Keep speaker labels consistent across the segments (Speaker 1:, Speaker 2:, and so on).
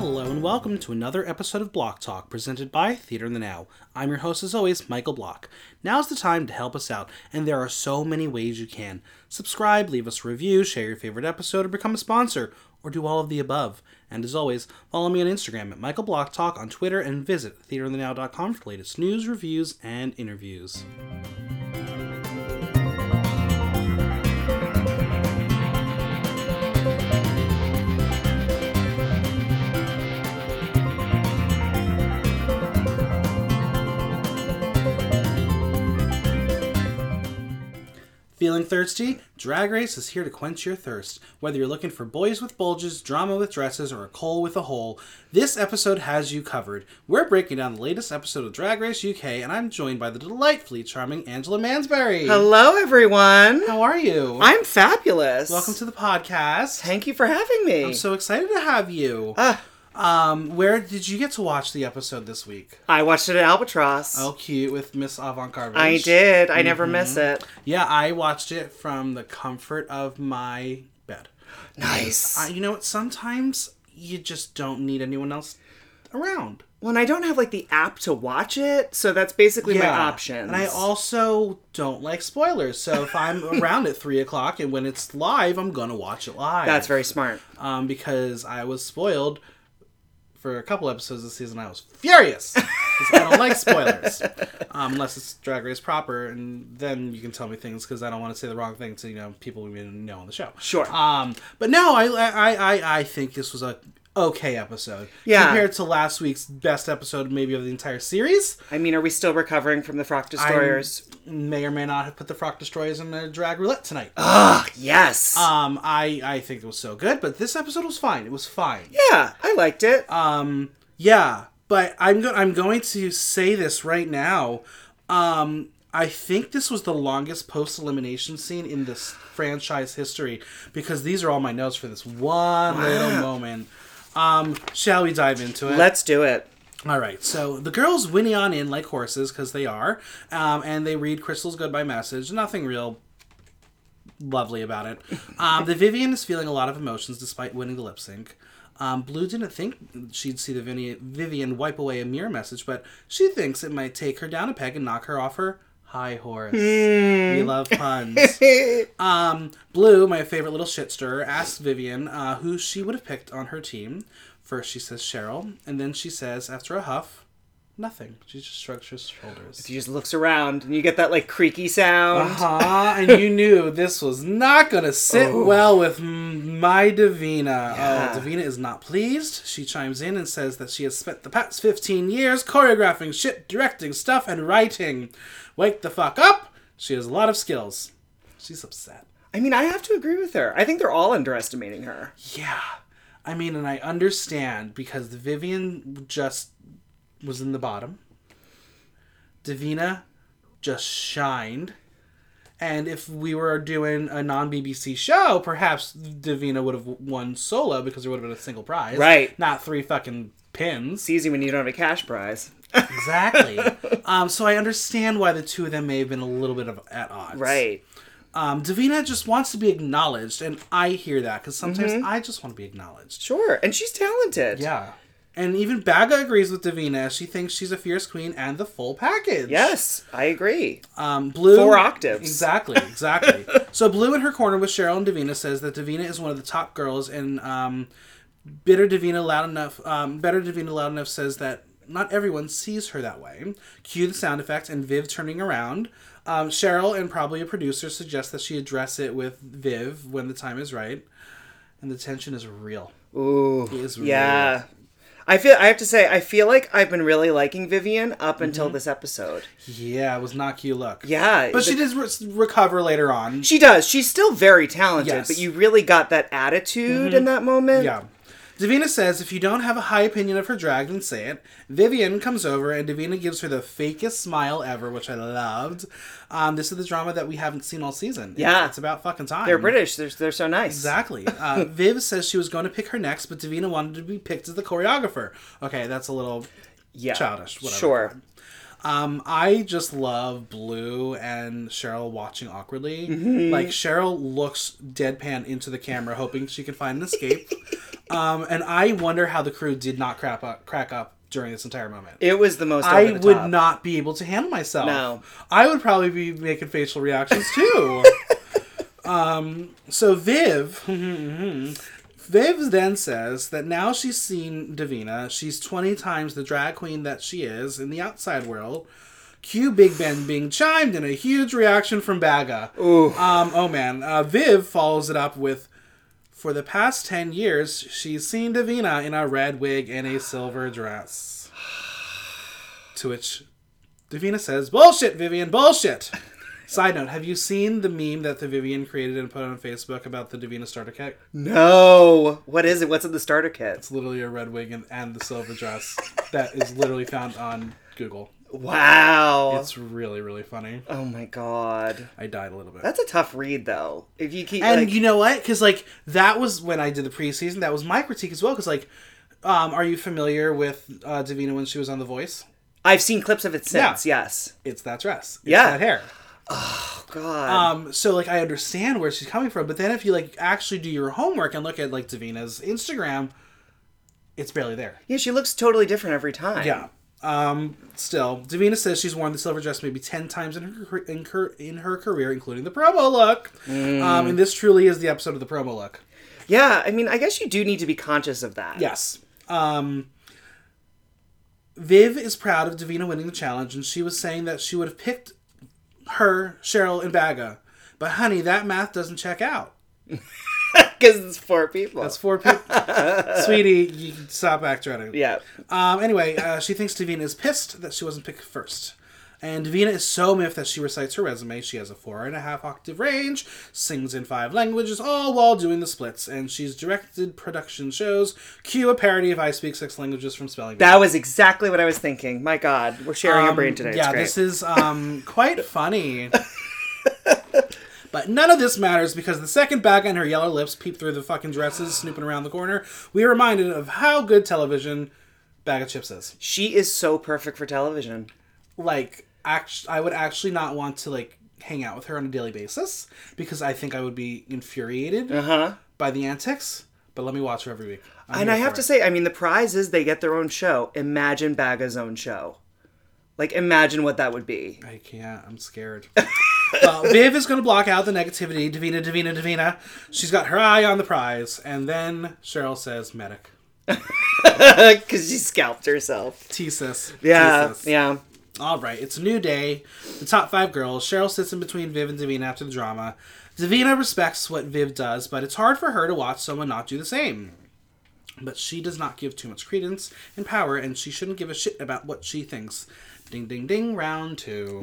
Speaker 1: welcome to another episode of Block Talk presented by Theater in the Now. I'm your host, as always, Michael Block. Now's the time to help us out, and there are so many ways you can. Subscribe, leave us a review, share your favorite episode, or become a sponsor, or do all of the above. And as always, follow me on Instagram at Michael Block Talk on Twitter and visit theaterinthenow.com for the latest news, reviews, and interviews. Feeling thirsty? Drag Race is here to quench your thirst. Whether you're looking for boys with bulges, drama with dresses, or a coal with a hole, this episode has you covered. We're breaking down the latest episode of Drag Race UK, and I'm joined by the delightfully charming Angela Mansberry.
Speaker 2: Hello, everyone.
Speaker 1: How are you?
Speaker 2: I'm fabulous.
Speaker 1: Welcome to the podcast.
Speaker 2: Thank you for having me.
Speaker 1: I'm so excited to have you.
Speaker 2: Ah.
Speaker 1: um, where did you get to watch the episode this week?
Speaker 2: I watched it at Albatross.
Speaker 1: Oh, cute with Miss Avant Garbage.
Speaker 2: I did. I never miss it.
Speaker 1: Yeah, I watched it from the comfort of my bed.
Speaker 2: Nice.
Speaker 1: I, you know what? Sometimes you just don't need anyone else around.
Speaker 2: when I don't have like the app to watch it, so that's basically my options.
Speaker 1: And I also don't like spoilers. So if I'm around at three o'clock and when it's live, I'm gonna watch it live.
Speaker 2: that's very smart.
Speaker 1: um, because I was spoiled for a couple episodes this season. I was furious 'Cause I don't like spoilers um, unless it's Drag Race proper, and then you can tell me things because I don't want to say the wrong thing to you know people we didn't know on the show.
Speaker 2: Sure.
Speaker 1: Um, but no, I I I, I think this was a okay episode
Speaker 2: Yeah.
Speaker 1: compared to last week's best episode maybe of the entire series
Speaker 2: I mean, are we still recovering from the Frock Destroyers?
Speaker 1: may or may not have put the frock destroyers in a drag roulette tonight
Speaker 2: Ugh, Ah, yes.
Speaker 1: um i i think it was so good but this episode was fine it was fine
Speaker 2: yeah, I liked it.
Speaker 1: Um, yeah, but I'm go- I'm going to say this right now. Um, I think this was the longest post elimination scene in this franchise history because these are all my notes for this one little moment. Um, shall we dive into it?
Speaker 2: Let's do it.
Speaker 1: All right, so the girls whinny on in like horses because they are, um, and they read Crystal's goodbye message. Nothing real lovely about it. Um, the Vivian is feeling a lot of emotions despite winning the lip sync. Um, Blue didn't think she'd see the Vini- Vivian wipe away a mirror message, but she thinks it might take her down a peg and knock her off her high horse. We love puns. Um, Blue, my favorite little shit stirrer, asks Vivian uh, who she would have picked on her team. First, she says Cheryl, and then she says, after a huff, nothing. She just shrugs her shoulders.
Speaker 2: She just looks around and you get that like creaky sound.
Speaker 1: Uh-huh, and you knew this was not going to sit well with m- my Davina. Oh, Davina is not pleased. She chimes in and says that she has spent the past 15 years choreographing shit, directing stuff, and writing. Wake the fuck up! She has a lot of skills. She's upset.
Speaker 2: I mean, I have to agree with her. I think they're all underestimating her.
Speaker 1: Yeah. I mean, and I understand because the Vivian just was in the bottom. Davina just shined. And if we were doing a non BBC show, perhaps Davina would have won solo because there would have been a single prize.
Speaker 2: Right.
Speaker 1: Not three fucking pins.
Speaker 2: It's easy when you don't have a cash prize.
Speaker 1: Exactly. um, so I understand why the two of them may have been a little bit of at odds.
Speaker 2: Right.
Speaker 1: Um, Davina just wants to be acknowledged, and I hear that because sometimes
Speaker 2: Mm-hmm.
Speaker 1: I just want to be acknowledged.
Speaker 2: Sure. And she's talented.
Speaker 1: Yeah. And even Baga agrees with Davina. She thinks she's a fierce queen and the full package.
Speaker 2: Yes, I agree.
Speaker 1: Um, Blue.
Speaker 2: Four octaves.
Speaker 1: Exactly, exactly. so Blue in her corner with Cheryl and Davina says that Davina is one of the top girls, and um, bitter Davina loud enough. Um, better Davina loud enough says that not everyone sees her that way. Cue the sound effect and Viv turning around. Um, Cheryl and probably a producer suggest that she address it with Viv when the time is right, and the tension is real.
Speaker 2: Ooh.
Speaker 1: is
Speaker 2: yeah. I feel I have to say I feel like I've been really liking Vivian up
Speaker 1: Mhm.
Speaker 2: until this episode.
Speaker 1: Yeah, it was not cute luck.
Speaker 2: Yeah.
Speaker 1: But
Speaker 2: the-
Speaker 1: she did re- recover later on.
Speaker 2: she does. She's still very talented,
Speaker 1: Yes. Mhm.
Speaker 2: but you really got that attitude in that moment.
Speaker 1: Yeah. Davina says if you don't have a high opinion of her drag, then say it. Vivian comes over and Davina gives her the fakest smile ever, which I loved. Um, this is the drama that we haven't seen all season. It's-
Speaker 2: Yeah.
Speaker 1: It's, about fucking time.
Speaker 2: They're British. They're they're so nice.
Speaker 1: Exactly. Uh, Viv says she was going to pick her next, but Davina wanted to be picked as the choreographer. Okay, that's a little
Speaker 2: Yeah.
Speaker 1: childish. Whatever.
Speaker 2: Sure.
Speaker 1: Um, I just love Blue and Cheryl watching awkwardly. Like Cheryl looks deadpan into the camera, hoping she can find an escape. Um, and I wonder how the crew did not crap up, crack up during this entire moment.
Speaker 2: It was the most.
Speaker 1: I
Speaker 2: over the
Speaker 1: would
Speaker 2: top.
Speaker 1: not be able to handle myself.
Speaker 2: No.
Speaker 1: I would probably be making facial reactions too. um, so Viv, Viv then says that now she's seen Davina. She's 20 times the drag queen that she is in the outside world. Cue Big Ben being chimed and a huge reaction from Baga. Ooh. Um, oh man. Uh, Viv follows it up with For the past 10 years, she's seen Davina in a red wig and a silver dress. To which Davina says, Bullshit, Vivian, bullshit! Side note, have you seen the meme that the Vivian created and put on Facebook about the Davina starter kit?
Speaker 2: No. What is it? What's in the starter kit?
Speaker 1: It's literally a red wig and, and the silver dress that is literally found on Google.
Speaker 2: Wow.
Speaker 1: It's really, really funny.
Speaker 2: oh my god.
Speaker 1: I died a little bit.
Speaker 2: That's a tough read though. If you keep
Speaker 1: and
Speaker 2: like,
Speaker 1: you know what? Because, like, that was when I did the preseason. That was my critique as well. Because, like, um, are you familiar with uh, Davina when she was on The Voice?
Speaker 2: I've seen clips of it
Speaker 1: Yeah.
Speaker 2: since. Yes.
Speaker 1: It's that dress. It's
Speaker 2: Yeah.
Speaker 1: that hair.
Speaker 2: Oh god.
Speaker 1: Um, so like I understand where she's coming from, but then if you like actually do your homework and look at like Davina's Instagram, it's barely there.
Speaker 2: yeah, she looks totally different every time.
Speaker 1: Yeah. Um, still, Davina says she's worn the silver dress maybe ten times in her in her, in her career, including the promo look. Um, and this truly is the episode of the promo look.
Speaker 2: Yeah, I mean, I guess you do need to be conscious of that.
Speaker 1: Yes. Um, Viv is proud of Davina winning the challenge, and she was saying that she would have picked her, Cheryl, and Baga. But honey, that math doesn't check out.
Speaker 2: Because it's four people.
Speaker 1: That's four people. Sweetie, you can stop backtracking.
Speaker 2: yeah.
Speaker 1: Um, anyway, uh, she thinks Davina is pissed that she wasn't picked first. And Davina is so miffed that she recites her resume. She has a four and a half octave range, sings in five languages, all while doing the splits. And she's directed production shows. Cue a parody of I Speak Six Languages from Spelling Bee.
Speaker 2: That was exactly what I was thinking. My god, we're sharing a brain today. It's
Speaker 1: yeah,
Speaker 2: great.
Speaker 1: this is um, quite funny. But none of this matters because the second Baga and her yellow lips peep through the fucking dresses, snooping around the corner. We are reminded of how good television Bag of Chips is.
Speaker 2: she is so perfect for television.
Speaker 1: Like, act- I would actually not want to like hang out with her on a daily basis because I think I would be infuriated by the antics. But let me watch her every week. I'm
Speaker 2: Uh-huh. And
Speaker 1: here
Speaker 2: I have
Speaker 1: for
Speaker 2: to
Speaker 1: it.
Speaker 2: say, I mean, the prize is they get their own show. Imagine Baga's own show. Like, imagine what that would be.
Speaker 1: I can't. I'm scared. well, Viv is going to block out the negativity. Davina, Davina, Davina. She's got her eye on the prize. And then Cheryl says, medic.
Speaker 2: Because she scalped herself.
Speaker 1: Thesis.
Speaker 2: Yeah, yeah.
Speaker 1: All right. It's a new day. The top five girls. Cheryl sits in between Viv and Davina after the drama. Davina respects what Viv does, but it's hard for her to watch someone not do the same. But she does not give too much credence and power, and she shouldn't give a shit about what she thinks. Ding, ding, ding! Round 2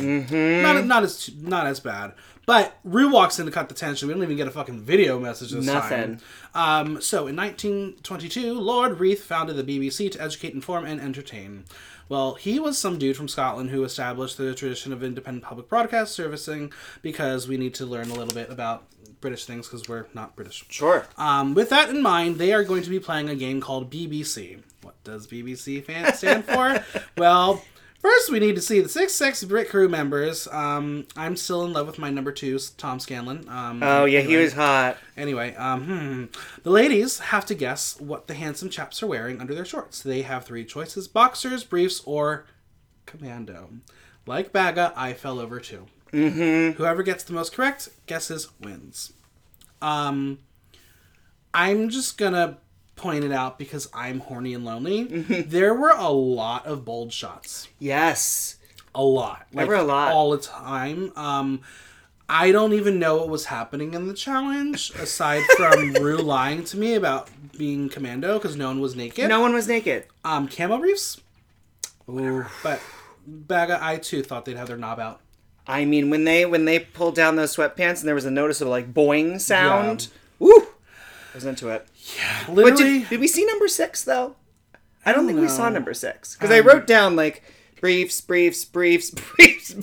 Speaker 1: Not, not as not as bad. But Rue walks in to cut the tension. We don't even get a fucking video message this
Speaker 2: Nothing.
Speaker 1: time. Um, so in 1922, Lord Reith founded the BBC to educate, inform, and entertain. Well, he was some dude from Scotland who established the tradition of independent public broadcast servicing because we need to learn a little bit about British things because we're not British.
Speaker 2: Sure.
Speaker 1: Um, with that in mind, they are going to be playing a game called BBC. What does BBC fan stand for? well, first we need to see the six six Brit crew members. Um, I'm still in love with my number two, Tom Scanlon. Um,
Speaker 2: Oh, yeah, he was hot.
Speaker 1: Anyway, um, hmm. the ladies have to guess what the handsome chaps are wearing under their shorts. They have three choices: boxers, briefs, or commando. Like Baga, I fell over too. Mm-hmm. Whoever gets the most correct guesses wins. Um, I'm just gonna point it out because I'm horny and lonely. there were a lot of bold shots
Speaker 2: Yes.
Speaker 1: a lot. Like,
Speaker 2: were a lot.
Speaker 1: All the time. Um, I don't even know what was happening in the challenge, aside from Rue lying to me about being commando because no one was naked.
Speaker 2: No one was naked.
Speaker 1: Um, camo reefs. Ooh. But Baga, I too thought they'd have their knob out.
Speaker 2: I mean, when they when they pulled down those sweatpants and there was a noticeable like boing sound. Woo! I was into it. But
Speaker 1: Literally,
Speaker 2: did, did we see number six though? I don't think we saw number six because I
Speaker 1: Um,
Speaker 2: wrote down like briefs, briefs, briefs, briefs,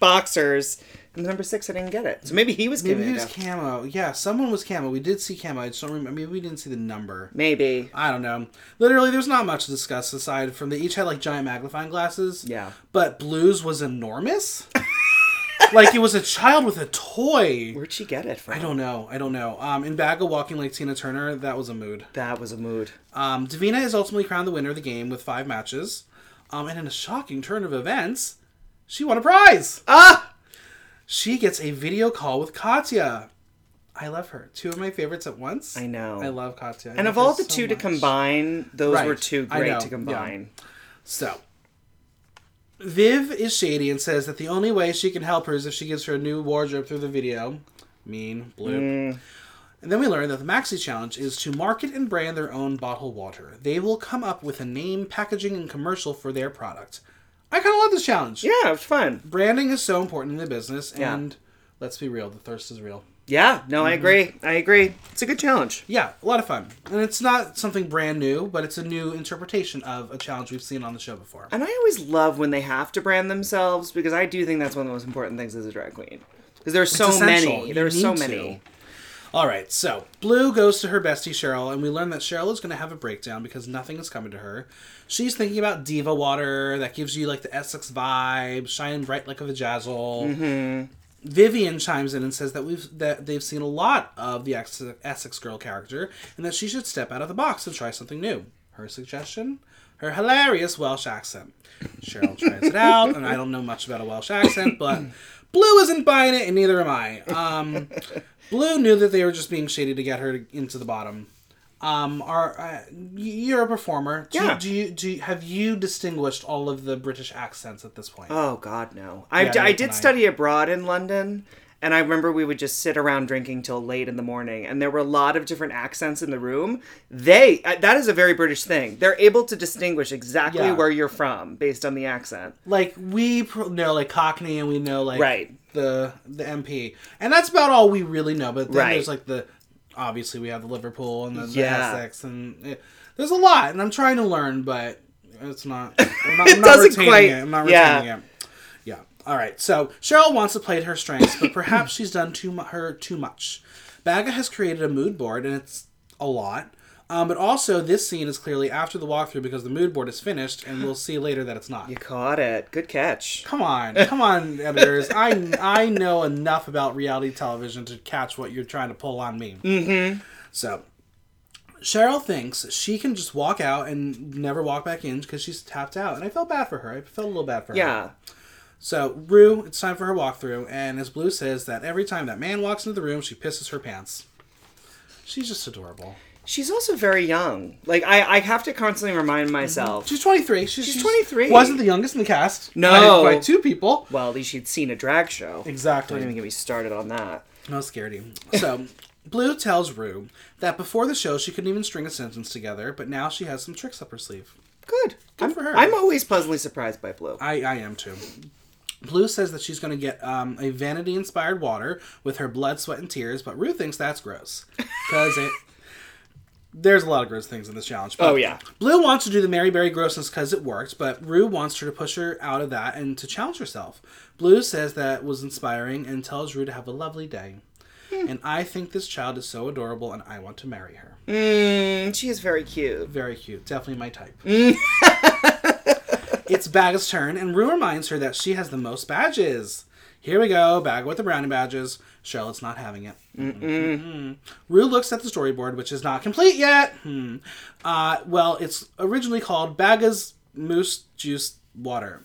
Speaker 2: boxers, and number six I didn't get it. So maybe he was
Speaker 1: maybe
Speaker 2: giving
Speaker 1: it
Speaker 2: it.
Speaker 1: was
Speaker 2: a go.
Speaker 1: camo. Yeah, someone was camo. We did see camo. I just don't remember. Maybe we didn't see the number.
Speaker 2: Maybe.
Speaker 1: I don't know. Literally, there's not much to discuss aside from they each had like giant magnifying glasses.
Speaker 2: Yeah.
Speaker 1: But Blues was enormous. like it was a child with a toy.
Speaker 2: Where'd she get it from?
Speaker 1: I don't know. I don't know. Um, in Baga walking like Tina Turner, that was a mood.
Speaker 2: That was a mood.
Speaker 1: Um, Davina is ultimately crowned the winner of the game with five matches. Um, and in a shocking turn of events, she won a prize.
Speaker 2: Ah!
Speaker 1: She gets a video call with Katya. I love her. Two of my favorites at once.
Speaker 2: I know.
Speaker 1: I love Katya. I
Speaker 2: and
Speaker 1: love
Speaker 2: of all
Speaker 1: her
Speaker 2: the
Speaker 1: so
Speaker 2: two
Speaker 1: much.
Speaker 2: to combine, those
Speaker 1: Right.
Speaker 2: were two
Speaker 1: I know,
Speaker 2: great to
Speaker 1: yeah.
Speaker 2: combine.
Speaker 1: So, Viv is shady and says that the only way she can help her is if she gives her a new wardrobe through the video. Mean bloop.
Speaker 2: Mm.
Speaker 1: And then we learn that the Maxi Challenge is to market and brand their own bottled water. They will come up with a name, packaging, and commercial for their product. I kind of love this challenge.
Speaker 2: Yeah, it was fun.
Speaker 1: Branding is so important in the business,
Speaker 2: Yeah.
Speaker 1: and let's be real, the thirst is real.
Speaker 2: Yeah, no,
Speaker 1: Mm-hmm.
Speaker 2: I agree. I agree. It's a good challenge.
Speaker 1: Yeah, a lot of fun. And it's not something brand new, but it's a new interpretation of a challenge we've seen on the show before.
Speaker 2: And I always love when they have to brand themselves because I do think that's one of the most important things as a drag queen. Because there's so
Speaker 1: essential.
Speaker 2: many.
Speaker 1: You
Speaker 2: There are so
Speaker 1: need to.
Speaker 2: many.
Speaker 1: All right, so Blue goes to her bestie Cheryl, and we learn that Cheryl is going to have a breakdown because nothing is coming to her. She's thinking about diva water that gives you like the Essex vibe, shine bright like a vajazzle. Vivian chimes in and says that we've that they've seen a lot of the Ex- Essex girl character, and that she should step out of the box and try something new. Her suggestion: her hilarious Welsh accent. Cheryl tries it out, and I don't know much about a Welsh accent, but Blue isn't buying it, and neither am I. Um, Blue knew that they were just being shady to get her into the bottom. Um, are uh, y- you're a performer? Do, you-
Speaker 2: Yeah.
Speaker 1: Do you do you, have you distinguished all of the British accents at this point?
Speaker 2: Oh God, no! I,
Speaker 1: Yeah,
Speaker 2: I
Speaker 1: neither
Speaker 2: did
Speaker 1: can I.
Speaker 2: study abroad in London, and I remember we would just sit around drinking till late in the morning, and there were a lot of different accents in the room. They uh, that is a very British thing. They're able to distinguish exactly
Speaker 1: Yeah.
Speaker 2: where you're from based on the accent.
Speaker 1: like we pr- know like Cockney and we know like
Speaker 2: Right.
Speaker 1: the the MP, and that's about all we really know. But then
Speaker 2: Right.
Speaker 1: there's like the obviously we have the Liverpool and the, the
Speaker 2: Yeah.
Speaker 1: Essex, and it, there's a lot, and I'm trying to learn, but it's not. I'm not, I'm not
Speaker 2: doesn't
Speaker 1: retaining
Speaker 2: quite-
Speaker 1: It. I'm not
Speaker 2: yeah.
Speaker 1: retaining it. Yeah. All right. So Cheryl wants to play to her strengths, but perhaps she's done too mu- her too much. Baga has created a mood board, and it's a lot. Um, but also, this scene is clearly after the walkthrough because the mood board is finished, and we'll see later that it's not.
Speaker 2: You caught it. Good catch.
Speaker 1: Come on, come on, editors. I I know enough about reality television to catch what you're trying to pull on me. Mm-hmm. So, Cheryl thinks she can just walk out and never walk back in because she's tapped out, and I felt bad for her. I felt a little bad for her.
Speaker 2: Yeah,
Speaker 1: So, Rue, it's time for her walkthrough, and as Blue says that every time that man walks into the room, she pisses her pants. She's just adorable.
Speaker 2: she's also very young. Like I, I have to constantly remind myself.
Speaker 1: She's 23. She's, she's
Speaker 2: 23.
Speaker 1: Wasn't the youngest in the cast.
Speaker 2: No.
Speaker 1: By, by two people.
Speaker 2: Well, at least she'd seen a drag show.
Speaker 1: Exactly.
Speaker 2: Don't even get me started on that.
Speaker 1: No scaredy. So, Blue tells Rue that before the show she couldn't even string a sentence together, but now she has some tricks up her sleeve.
Speaker 2: Good. I'm,
Speaker 1: for her.
Speaker 2: I'm always pleasantly surprised by Blue.
Speaker 1: I, I am too. Blue says that she's going to get um, a vanity inspired water with her blood, sweat, and tears, but Rue thinks that's gross. Because it. There's a lot of gross things in this challenge. but
Speaker 2: Oh, yeah.
Speaker 1: Blue wants to do the Mary Berry grossness because it worked, but Rue wants her to push her out of that and to challenge herself. Blue says that was inspiring and tells Rue to have a lovely day.
Speaker 2: Hmm.
Speaker 1: And I think this child is so adorable and I want to marry her.
Speaker 2: Mm, she is very cute.
Speaker 1: Very cute. Definitely my type. it's Bag's turn, and Rue reminds her that she has the most badges. Here we go, Bag with the brownie badges. Charlotte's not having it. Mm-mm. Hmm. Rue looks at the storyboard, which is not complete yet. Hmm. Uh, well, it's originally called Baga's Moose Juice Water.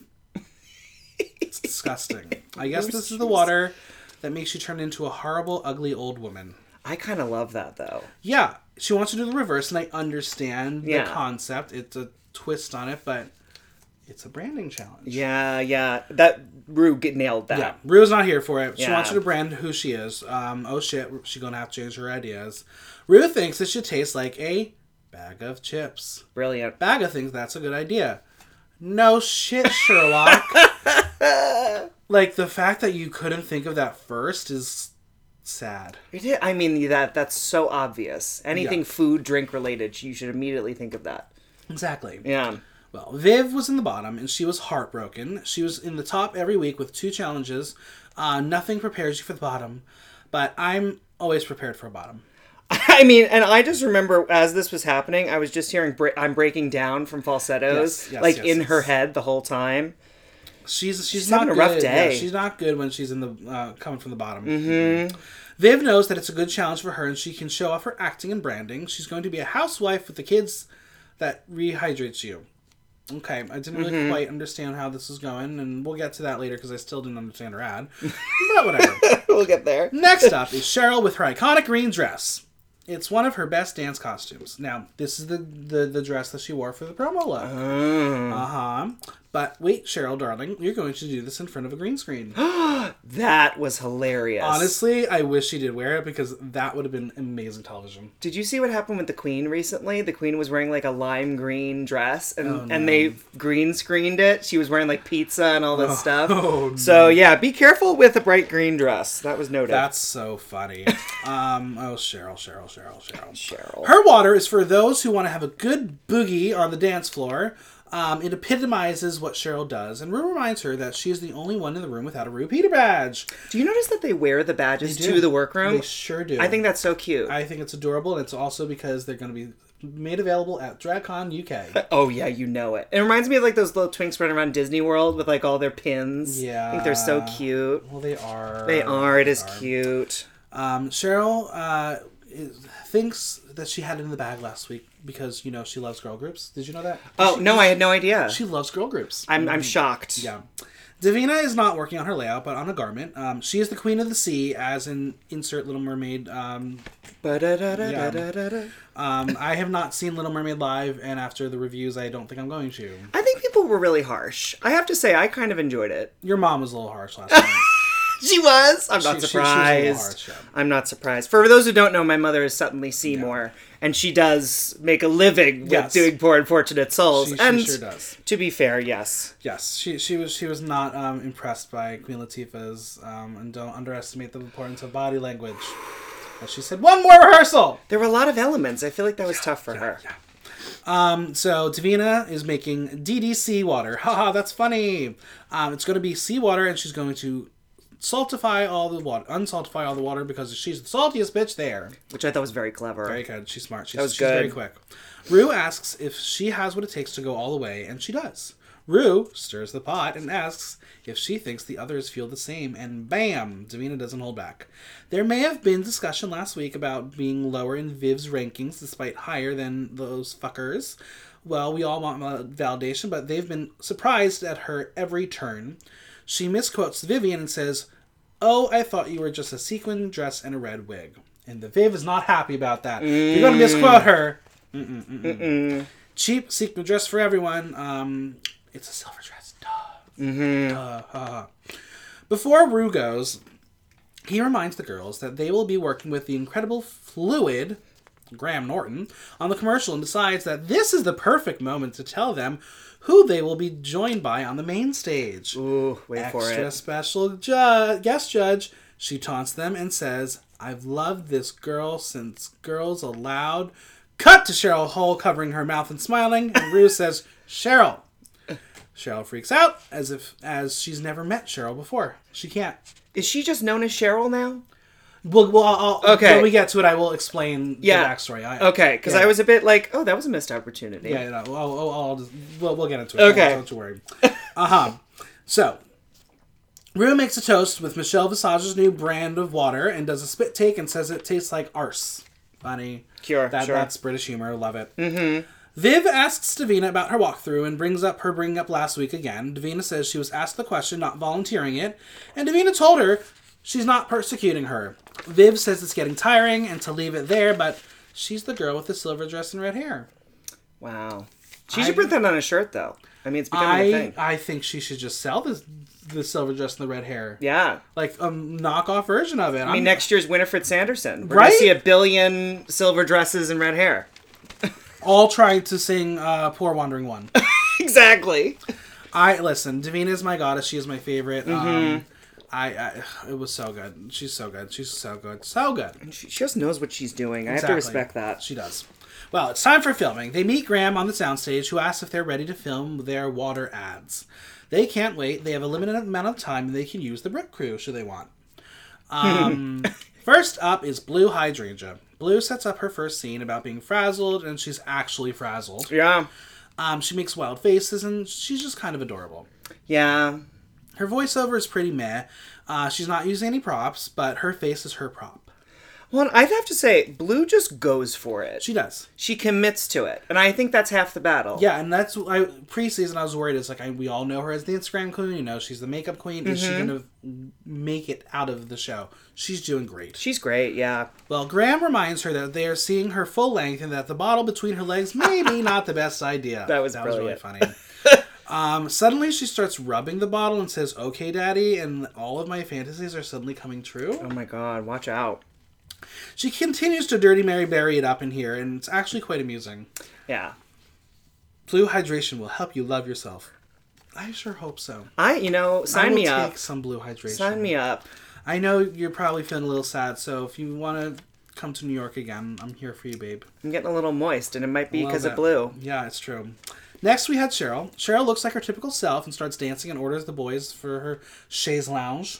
Speaker 1: It's disgusting. I guess this is the water that makes you turn into a horrible, ugly old woman.
Speaker 2: I kind of love that though.
Speaker 1: Yeah, she wants to do the reverse, and I understand
Speaker 2: Yeah.
Speaker 1: the concept. It's a twist on it, but it's a branding challenge.
Speaker 2: Yeah, yeah. That Rue g- nailed that.
Speaker 1: Yeah, Rue's not here for it. She wants
Speaker 2: Yeah.
Speaker 1: you to brand who she is. Um, oh shit, she's gonna have to change her ideas. Rue thinks it should taste like a bag of chips.
Speaker 2: Brilliant.
Speaker 1: Baga thinks that's a good idea. No shit, Sherlock. like the fact that you couldn't think of that first is sad.
Speaker 2: It is, I mean that that's so obvious. Anything
Speaker 1: Yeah.
Speaker 2: food, drink related, you should immediately think of that.
Speaker 1: Exactly.
Speaker 2: Yeah.
Speaker 1: Well, Viv was in the bottom, and she was heartbroken. She was in the top every week with two challenges. Uh, nothing prepares you for the bottom, but I'm always prepared for a bottom.
Speaker 2: I mean, and I just remember as this was happening, I was just hearing bre- I'm breaking down from falsettos
Speaker 1: Yes, yes,
Speaker 2: like
Speaker 1: yes,
Speaker 2: in
Speaker 1: yes.
Speaker 2: her head the whole time.
Speaker 1: She's she's,
Speaker 2: She's
Speaker 1: not
Speaker 2: having a
Speaker 1: good.
Speaker 2: rough
Speaker 1: Yeah,
Speaker 2: day. Mm-hmm.
Speaker 1: she's not good when she's in the uh, coming from the bottom. Viv knows that it's a good challenge for her, and she can show off her acting and branding. She's going to be a housewife with the kids that rehydrates you. Okay, I didn't really
Speaker 2: Mm-hmm.
Speaker 1: quite understand how this was going, and we'll get to that later because I still didn't understand her ad. but whatever.
Speaker 2: we'll get there.
Speaker 1: Next up is Cheryl with her iconic green dress. It's one of her best dance costumes. Now, this is the the, the dress that she wore for the promo look. Uh huh. But wait, Cheryl, darling, you're going to do this in front of a green screen.
Speaker 2: That was hilarious.
Speaker 1: Honestly, I wish she did wear it because that would have been amazing television.
Speaker 2: Did you see what happened with the Queen recently? The Queen was wearing like a lime green dress, and
Speaker 1: Oh,
Speaker 2: and they green screened it. She was wearing like pizza and all this stuff.
Speaker 1: oh,
Speaker 2: so yeah, be careful with a bright green dress. That was noted.
Speaker 1: That's so funny. um, oh, Cheryl, Cheryl, Cheryl, Cheryl.
Speaker 2: Cheryl.
Speaker 1: Her water is for those who want to have a good boogie on the dance floor. Um, it epitomizes what Cheryl does, and Rue reminds her that she is the only one in the room without a Rue Peter badge.
Speaker 2: Do you notice that they wear the badges
Speaker 1: They do.
Speaker 2: to the workroom?
Speaker 1: They sure do.
Speaker 2: I think that's so cute.
Speaker 1: I think it's adorable, and it's also because they're going to be made available at DragCon UK.
Speaker 2: oh yeah, you know it. It reminds me of like those little twinks running around Disney World with like all their pins. I think they're so
Speaker 1: Yeah.
Speaker 2: cute.
Speaker 1: Well, they are.
Speaker 2: They are. It is cute.
Speaker 1: Um, Cheryl uh, is, thinks that she had it in the bag last week because you know she loves girl groups. Did you know that?
Speaker 2: Oh no, I had no idea.
Speaker 1: She loves girl groups.
Speaker 2: I'm I'm shocked.
Speaker 1: Yeah. Davina is not working on her layout, but on a garment. Um, she is the queen of the sea, as in insert Little Mermaid. Um,
Speaker 2: Ba-da-da-da-da-da-da-da.
Speaker 1: um, I have not seen Little Mermaid live, and after the reviews, I don't think I'm going to.
Speaker 2: I think people were really harsh. I have to say, I kind of enjoyed it.
Speaker 1: Your mom was a little harsh last night.
Speaker 2: She was. I'm
Speaker 1: She- she-
Speaker 2: not
Speaker 1: she was a
Speaker 2: surprised.
Speaker 1: little harsh, yeah.
Speaker 2: I'm not surprised. For those who don't know, my mother is Suddenly Seymour, and she does make a living with
Speaker 1: Yes.
Speaker 2: doing poor unfortunate souls.
Speaker 1: She- she
Speaker 2: and
Speaker 1: sure does.
Speaker 2: to be fair, yes,
Speaker 1: yes, she she was she was not um, impressed by Queen Latifah's, um, and don't underestimate the importance of body language. But she said one more rehearsal.
Speaker 2: there were a lot of elements. I feel like that was tough for her.
Speaker 1: So Davina is making DDC water. Haha, that's funny. Um, it's going to be seawater, and she's going to saltify all the water, unsaltify all the water because she's the saltiest bitch there.
Speaker 2: Which I thought was very clever.
Speaker 1: Very good. She's smart. She's,
Speaker 2: was
Speaker 1: she's very
Speaker 2: good.
Speaker 1: quick. Rue asks if she has what it takes to go all the way, and she does. Rue stirs the pot and asks if she thinks the others feel the same, and bam, Davina doesn't hold back. There may have been discussion last week about being lower in Viv's rankings despite higher than those fuckers. Well, we all want uh, validation, but they've been surprised at her every turn. She misquotes Vivian and says, Oh, I thought you were just a sequin dress and a red wig. And the Viv is not happy about that. You're going to misquote her. Mm-mm, mm-mm. Cheap sequin dress for everyone. Um, it's a silver dress. Duh. Duh. Uh-huh. Before Rue goes, he reminds the girls that they will be working with the incredible fluid Graham Norton on the commercial and decides that this is the perfect moment to tell them who they will be joined by on the main stage
Speaker 2: Ooh, wait for
Speaker 1: extra
Speaker 2: it.
Speaker 1: special ju- guest judge. She taunts them and says, I've loved this girl since Girls Allowed. Cut to Cheryl Hole covering her mouth and smiling, and Rue says, Cheryl. Cheryl freaks out as if as she's never met Cheryl before. She can't.
Speaker 2: Is she just known as Cheryl now?
Speaker 1: Well, well I'll, I'll-
Speaker 2: Okay.
Speaker 1: When we get to it, I will explain
Speaker 2: Yeah.
Speaker 1: the backstory. I,
Speaker 2: Okay, because
Speaker 1: yeah.
Speaker 2: I was a bit like, oh, that was a missed opportunity.
Speaker 1: Yeah, no, I'll, I'll, I'll just, we'll, we'll get into it.
Speaker 2: Okay.
Speaker 1: Don't, don't you worry. Uh huh. So, Rue makes a toast with Michelle Visage's new brand of water and does a spit take and says it tastes like arse. Funny.
Speaker 2: Sure,
Speaker 1: That,
Speaker 2: sure. Mm-hmm.
Speaker 1: That's British humor. Love it. Mm hmm. Viv asks Davina about her walkthrough and brings up her bringing up last week again. Davina says she was asked the question, not volunteering it, and Davina told her she's not persecuting her. Viv says it's getting tiring and to leave it there, but she's the girl with the silver dress and red hair.
Speaker 2: Wow. She should put that on a shirt, though. I mean, it's becoming a
Speaker 1: I
Speaker 2: thing.
Speaker 1: I think she should just sell this the silver dress and the red hair.
Speaker 2: Yeah.
Speaker 1: Like a knockoff version of it.
Speaker 2: I mean, next year's Winifred Sanderson. We're
Speaker 1: Right?
Speaker 2: gonna see a billion silver dresses and red hair.
Speaker 1: all trying to sing uh, "Poor Wandering One."
Speaker 2: Exactly.
Speaker 1: I listen. Davina is my goddess. She is my favorite.
Speaker 2: Mm-hmm.
Speaker 1: Um, I, I it was so good. She's so good. She's so good. So good.
Speaker 2: She, she just knows what she's doing. I have
Speaker 1: Exactly.
Speaker 2: to respect that.
Speaker 1: She does. Well, it's time for filming. They meet Graham on the soundstage, who asks if they're ready to film their water ads. They can't wait. They have a limited amount of time, and they can use the Brook crew should they want. Um, first up is Blue Hydrangea. Blue sets up her first scene about being frazzled, and she's actually frazzled.
Speaker 2: Yeah.
Speaker 1: Um, she makes wild faces, and she's just kind of adorable.
Speaker 2: Yeah.
Speaker 1: Her voiceover is pretty meh. Uh, she's not using any props, but her face is her prop.
Speaker 2: Well, I'd have to say, Blue just goes for it. She,
Speaker 1: She does.
Speaker 2: commits to it, and I think that's half the battle.
Speaker 1: Yeah, and that's I preseason. I was worried. It's like I, we all know her as the Instagram queen. You know, she's the makeup queen. Is she
Speaker 2: Mm-hmm.
Speaker 1: gonna make it out of the show? She's doing great.
Speaker 2: she's great. Yeah,
Speaker 1: Well, Graham reminds her that they are seeing her full length and that the bottle between her legs maybe not the best idea.
Speaker 2: That was
Speaker 1: really
Speaker 2: brilliant.
Speaker 1: funny. Um, suddenly, she starts rubbing the bottle and says, "Okay, Daddy," and all of my fantasies are suddenly coming true.
Speaker 2: Oh my god, watch out.
Speaker 1: She continues to dirty Mary bury it up in here, and it's actually quite amusing.
Speaker 2: Yeah.
Speaker 1: Blue hydration will help you love yourself. I sure hope so.
Speaker 2: I, you know,
Speaker 1: I
Speaker 2: sign
Speaker 1: will
Speaker 2: me
Speaker 1: take
Speaker 2: up.
Speaker 1: some blue hydration.
Speaker 2: Sign me up.
Speaker 1: I know you're probably feeling a little sad, so if you want to come to New York again, I'm here for you, babe.
Speaker 2: I'm getting a little moist, and it might be
Speaker 1: Love
Speaker 2: because of
Speaker 1: it.
Speaker 2: blue.
Speaker 1: Yeah, it's true. Next, we had Cheryl. Cheryl looks like her typical self and starts dancing and orders the boys for her chaise lounge.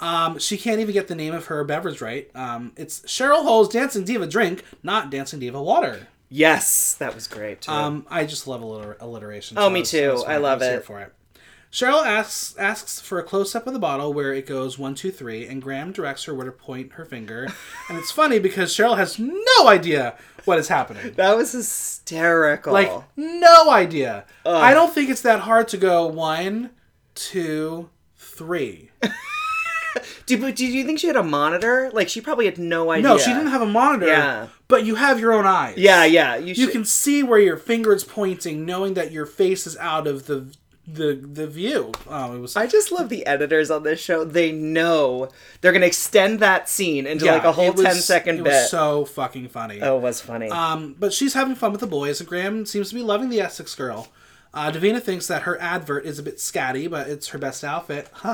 Speaker 1: Um, she can't even get the name of her beverage right. Um, it's Cheryl Hole's Dancing Diva Drink, not Dancing Diva Water.
Speaker 2: Yes, that was great. Too.
Speaker 1: Um, I just love alliter- alliteration.
Speaker 2: Oh,
Speaker 1: so
Speaker 2: me
Speaker 1: was-
Speaker 2: too.
Speaker 1: was fine.
Speaker 2: I love
Speaker 1: was here
Speaker 2: it.
Speaker 1: for it. Cheryl asks asks for a close up of the bottle where it goes one, two, three, and Graham directs her where to point her finger. and it's funny because Cheryl has no idea what is happening.
Speaker 2: that was hysterical.
Speaker 1: Like no idea. I don't think it's that hard to go one, two, three.
Speaker 2: do, but do you think she had a monitor? Like, she probably had no idea.
Speaker 1: No, she didn't have a monitor.
Speaker 2: Yeah.
Speaker 1: But you have your own eyes.
Speaker 2: Yeah, yeah. You,
Speaker 1: You
Speaker 2: should,
Speaker 1: can see where your finger is pointing, knowing that your face is out of the the the view. Oh, it was
Speaker 2: I just love the editors on this show. They know they're going to extend that scene into like a whole
Speaker 1: it was-
Speaker 2: ten second 10 second
Speaker 1: it
Speaker 2: bit.
Speaker 1: Was so fucking funny.
Speaker 2: oh, it was funny.
Speaker 1: Um, but she's having fun with the boys, and Graham seems to be loving the Essex girl. Uh, Davina thinks that her advert is a bit scatty, but it's her best outfit. Cute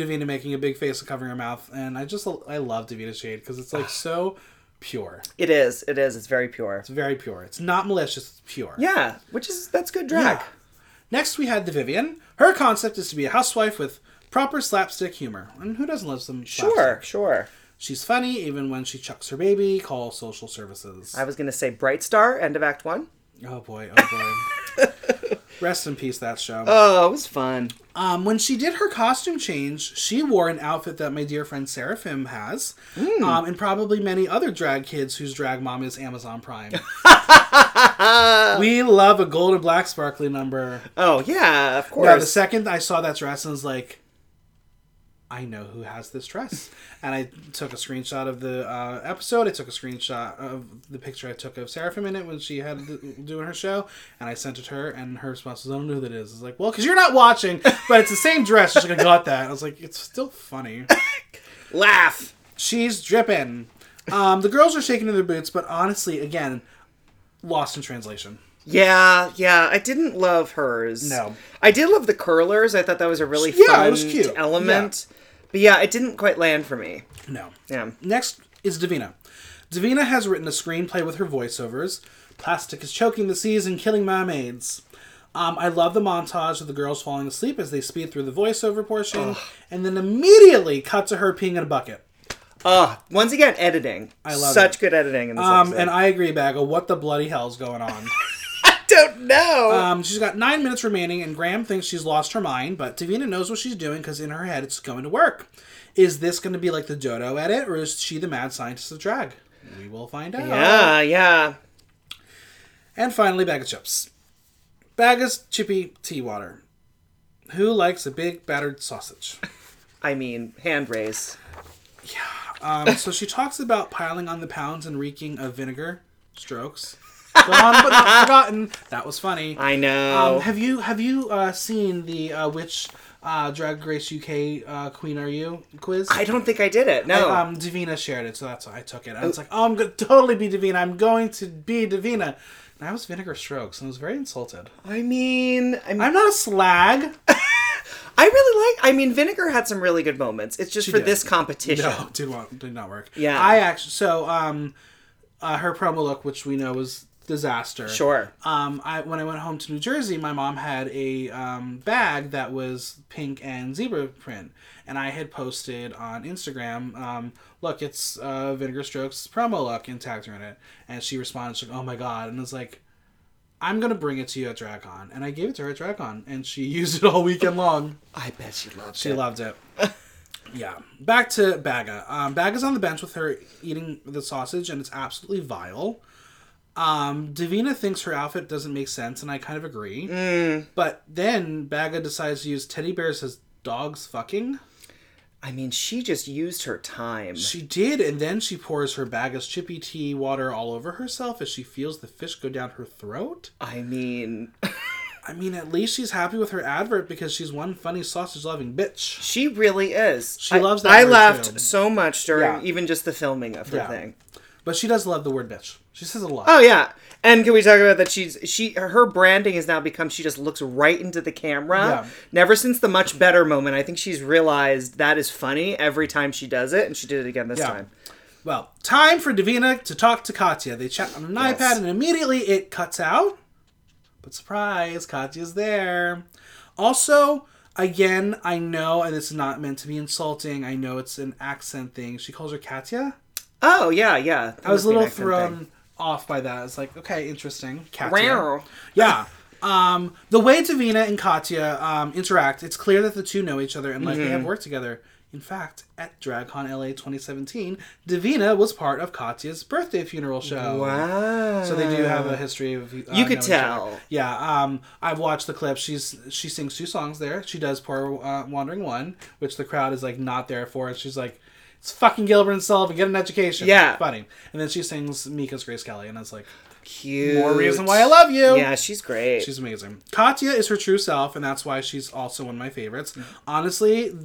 Speaker 1: Davina making a big face and covering her mouth, and I just I love Davina Shade because it's like so pure,
Speaker 2: it is. It is. It's very pure.
Speaker 1: It's very pure. It's not malicious, it's pure.
Speaker 2: Yeah, which is that's good drag.
Speaker 1: Yeah. Next, we had the Vivian. Her concept is to be a housewife with proper slapstick humor, and who doesn't love some?
Speaker 2: Sure,
Speaker 1: slapstick?
Speaker 2: sure.
Speaker 1: she's funny even when she chucks her baby. Call social services.
Speaker 2: I was going to say Bright Star, end of Act One.
Speaker 1: Oh boy, oh boy. Rest in peace, that show.
Speaker 2: Oh, it was fun.
Speaker 1: um, when she did her costume change, she wore an outfit that my dear friend Seraphim has, um, and probably many other drag kids whose drag mom is Amazon Prime. we love a gold and black sparkly number.
Speaker 2: Oh yeah, of
Speaker 1: Now, the
Speaker 2: course.
Speaker 1: second I saw that dress, I was like, I know who has this dress. and I took a screenshot of the uh, episode. I took a screenshot of the picture I took of Seraphim in it when she had the, doing her show. And I sent it to her, and her response was, I don't know who that is. It's like, well, because you're not watching, but it's the same dress. She's like, I got that. I was like, it's still funny.
Speaker 2: Laugh.
Speaker 1: She's dripping. Um, the girls are shaking in their boots, but honestly, again, lost in translation.
Speaker 2: Yeah, yeah. I didn't love hers.
Speaker 1: No.
Speaker 2: I did love the curlers. I thought that was a really
Speaker 1: Yeah, it
Speaker 2: fun
Speaker 1: was cute.
Speaker 2: element. But yeah, it didn't quite land for me.
Speaker 1: No.
Speaker 2: Yeah.
Speaker 1: Next is Davina. Davina has written a screenplay with her voiceovers. Plastic is choking the seas and killing mermaids. Um, I love the montage of the girls falling asleep as they speed through the voiceover portion, and then immediately cut to her peeing in a bucket.
Speaker 2: Oh, once again, editing. I
Speaker 1: love
Speaker 2: such
Speaker 1: it.
Speaker 2: good editing in this
Speaker 1: Um,
Speaker 2: episode.
Speaker 1: and I agree, Bagel. What the bloody hell's going on?
Speaker 2: I don't know.
Speaker 1: um, she's got nine minutes remaining, and Graham thinks she's lost her mind, but Davina knows what she's doing because in her head it's going to work. Is this going to be like the Dodo edit, or is she the mad scientist of drag? We will find out.
Speaker 2: yeah, yeah.
Speaker 1: And finally, bag of chips. Bag of chippy tea water. Who likes a big battered sausage?
Speaker 2: I mean, hand raise.
Speaker 1: Um, so she talks about piling on the pounds and reeking of vinegar strokes. Gone but not forgotten. That was funny.
Speaker 2: I know.
Speaker 1: Um, have you have you uh, seen the uh, which uh, Drag Race UK uh, Queen Are You quiz?
Speaker 2: I don't think I did it. No.
Speaker 1: um, Davina shared it, so that's why I took it. I was like, oh, I'm going to totally be Davina. I'm going to be Davina. And I was Vinegar Strokes, and I was very insulted.
Speaker 2: I mean, I mean,
Speaker 1: I'm not a slag.
Speaker 2: I really like. I mean, Vinegar had some really good moments. It's just for
Speaker 1: did.
Speaker 2: this competition.
Speaker 1: No, did not did not work.
Speaker 2: Yeah.
Speaker 1: I actually so um, uh, her promo look, which we know was disaster.
Speaker 2: Sure.
Speaker 1: Um, I when I went home to New Jersey, my mom had a um, bag that was pink and zebra print, and I had posted on Instagram, um, "Look, it's uh, Vinegar Strokes promo look," and tagged her in it, and she responded, she's like, "Oh my god," and I was like. I'm gonna bring it to you at DragCon, and I gave it to her at DragCon, and she used it all weekend long.
Speaker 2: I bet she loved
Speaker 1: She
Speaker 2: it.
Speaker 1: loved it. Yeah. Back to Baga. Um, Baga's on the bench with her eating the sausage, and it's absolutely vile. Um, Davina thinks her outfit doesn't make sense, and I kind of agree. But then Baga decides to use teddy bears as dogs fucking.
Speaker 2: I mean, she just used her time.
Speaker 1: She did, and then she pours her Baga's chippy tea water all over herself as she feels the fish go down her throat.
Speaker 2: I mean,
Speaker 1: I mean, at least she's happy with her advert because she's one funny sausage loving bitch.
Speaker 2: she really is.
Speaker 1: She
Speaker 2: I,
Speaker 1: loves that
Speaker 2: I
Speaker 1: word,
Speaker 2: laughed
Speaker 1: too.
Speaker 2: so much
Speaker 1: Yeah.
Speaker 2: during even just the filming of her
Speaker 1: Yeah.
Speaker 2: thing.
Speaker 1: But she does love the word bitch. She says it a lot.
Speaker 2: Oh yeah. And can we talk about that she's she her branding has now become she just looks right into the camera.
Speaker 1: Yeah.
Speaker 2: Never since the much better moment, I think she's realized that is funny every time she does it and she did it again this
Speaker 1: Yeah.
Speaker 2: time.
Speaker 1: Well, time for Davina to talk to Katya. They chat on an
Speaker 2: Yes.
Speaker 1: iPad and immediately it cuts out. But surprise, Katya's there. Also, again, I know, and it's not meant to be insulting, I know it's an accent thing. She calls her Katya.
Speaker 2: Oh yeah, yeah. That
Speaker 1: I was a
Speaker 2: must be an
Speaker 1: little
Speaker 2: accent
Speaker 1: thrown
Speaker 2: thing.
Speaker 1: off by that. It's like, okay, interesting. Katya.
Speaker 2: Wow.
Speaker 1: Yeah. Um, the way Davina and Katya um, interact, it's clear that the two know each other and like they
Speaker 2: Mm-hmm.
Speaker 1: have worked together. In fact, at DragCon LA 2017, Davina was part of Katya's birthday funeral show.
Speaker 2: Wow.
Speaker 1: So they do have a history of uh,
Speaker 2: You could
Speaker 1: knowing each other.
Speaker 2: tell.
Speaker 1: Yeah, um, I've watched the clip. She's she sings two songs there. She does "Poor uh, Wandering One," which the crowd is like not there for, and she's like, "It's fucking Gilbert and Sullivan. Get an education."
Speaker 2: Yeah.
Speaker 1: funny. And then she sings Mika's Grace Kelly, and it's like
Speaker 2: cute.
Speaker 1: more reason why I love you.
Speaker 2: Yeah, she's great.
Speaker 1: She's amazing. Katya is her true self, and that's why she's also one of my favorites.
Speaker 2: Mm.
Speaker 1: Honestly,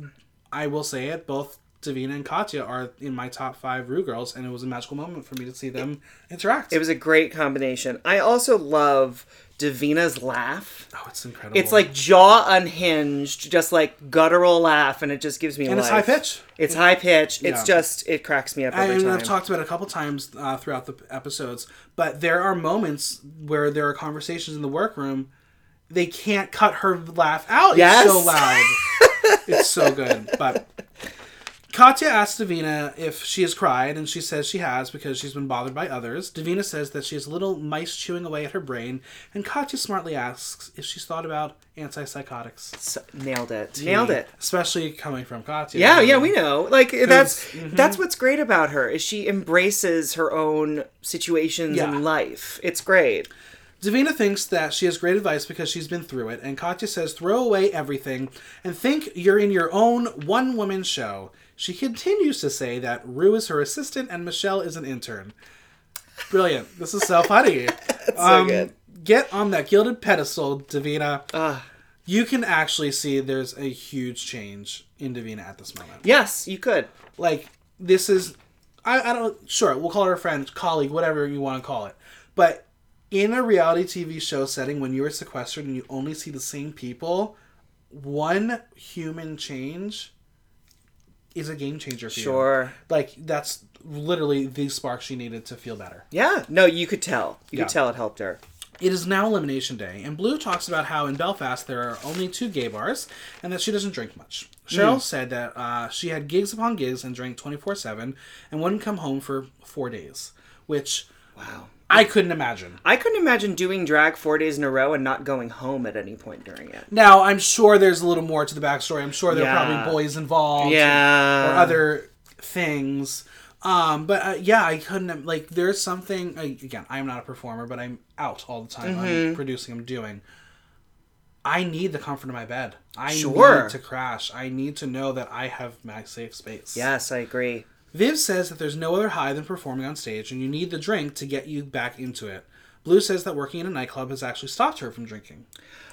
Speaker 1: I will say it, both Davina and Katya are in my top five Rue girls, and it was a magical moment for me to see them interact.
Speaker 2: it was a great combination. I also love Davina's laugh.
Speaker 1: oh, it's incredible.
Speaker 2: It's like jaw unhinged, just like guttural laugh, and it just gives me.
Speaker 1: And it's
Speaker 2: life.
Speaker 1: high pitch.
Speaker 2: It's high pitch. It's
Speaker 1: Yeah.
Speaker 2: just it cracks me up every
Speaker 1: and
Speaker 2: time.
Speaker 1: I've talked about it a couple times uh, throughout the episodes, but there are moments where there are conversations in the workroom. They can't cut her laugh out.
Speaker 2: Yes.
Speaker 1: It's so loud. it's so good. But Katya asks Davina if she has cried, and she says she has because she's been bothered by others. Davina says that she has little mice chewing away at her brain, and Katya smartly asks if she's thought about antipsychotics.
Speaker 2: So- nailed it. Nailed it.
Speaker 1: Especially coming from Katya.
Speaker 2: Yeah, yeah, we know. Like that's
Speaker 1: Mm-hmm.
Speaker 2: that's what's great about her is she embraces her own situations
Speaker 1: Yeah.
Speaker 2: in life. It's great.
Speaker 1: Davina thinks that she has great advice because she's been through it, and Katya says, throw away everything and think you're in your own one woman show. She continues to say that Rue is her assistant and Michelle is an intern. Brilliant. This is so funny. um,
Speaker 2: good.
Speaker 1: Get on that gilded pedestal, Davina.
Speaker 2: Ah.
Speaker 1: you can actually see there's a huge change in Davina at this moment
Speaker 2: Yes, you could.
Speaker 1: like this is I, I don't sure we'll call her a friend colleague whatever you want to call it but in a reality tv show setting when you are sequestered and you only see the same people one human change is a game changer for you.
Speaker 2: Sure.
Speaker 1: like that's literally the spark she needed to feel better
Speaker 2: Yeah. No, you could tell. You
Speaker 1: Yeah.
Speaker 2: could tell it helped her.
Speaker 1: it is now elimination day and blue talks about how in belfast there are only two gay bars and that she doesn't drink much cheryl
Speaker 2: Hmm.
Speaker 1: said that uh, she had gigs upon gigs and drank 24-7 and wouldn't come home for four days which
Speaker 2: Wow.
Speaker 1: i couldn't imagine
Speaker 2: I couldn't imagine doing drag four days in a row and not going home at any point during it.
Speaker 1: now i'm sure there's a little more to the backstory i'm sure there are
Speaker 2: Yeah.
Speaker 1: probably boys involved
Speaker 2: Yeah.
Speaker 1: or other things. Um, but uh, yeah, I couldn't like. There's something like, again. I'm not a performer, but I'm out all the time. I'm producing. I'm doing. I need the comfort of my bed. I
Speaker 2: Sure.
Speaker 1: need to crash. I need to know that I have my safe space.
Speaker 2: Yes, I agree.
Speaker 1: Viv says that there's no other high than performing on stage, and you need the drink to get you back into it. Blue says that working in a nightclub has actually stopped her from drinking.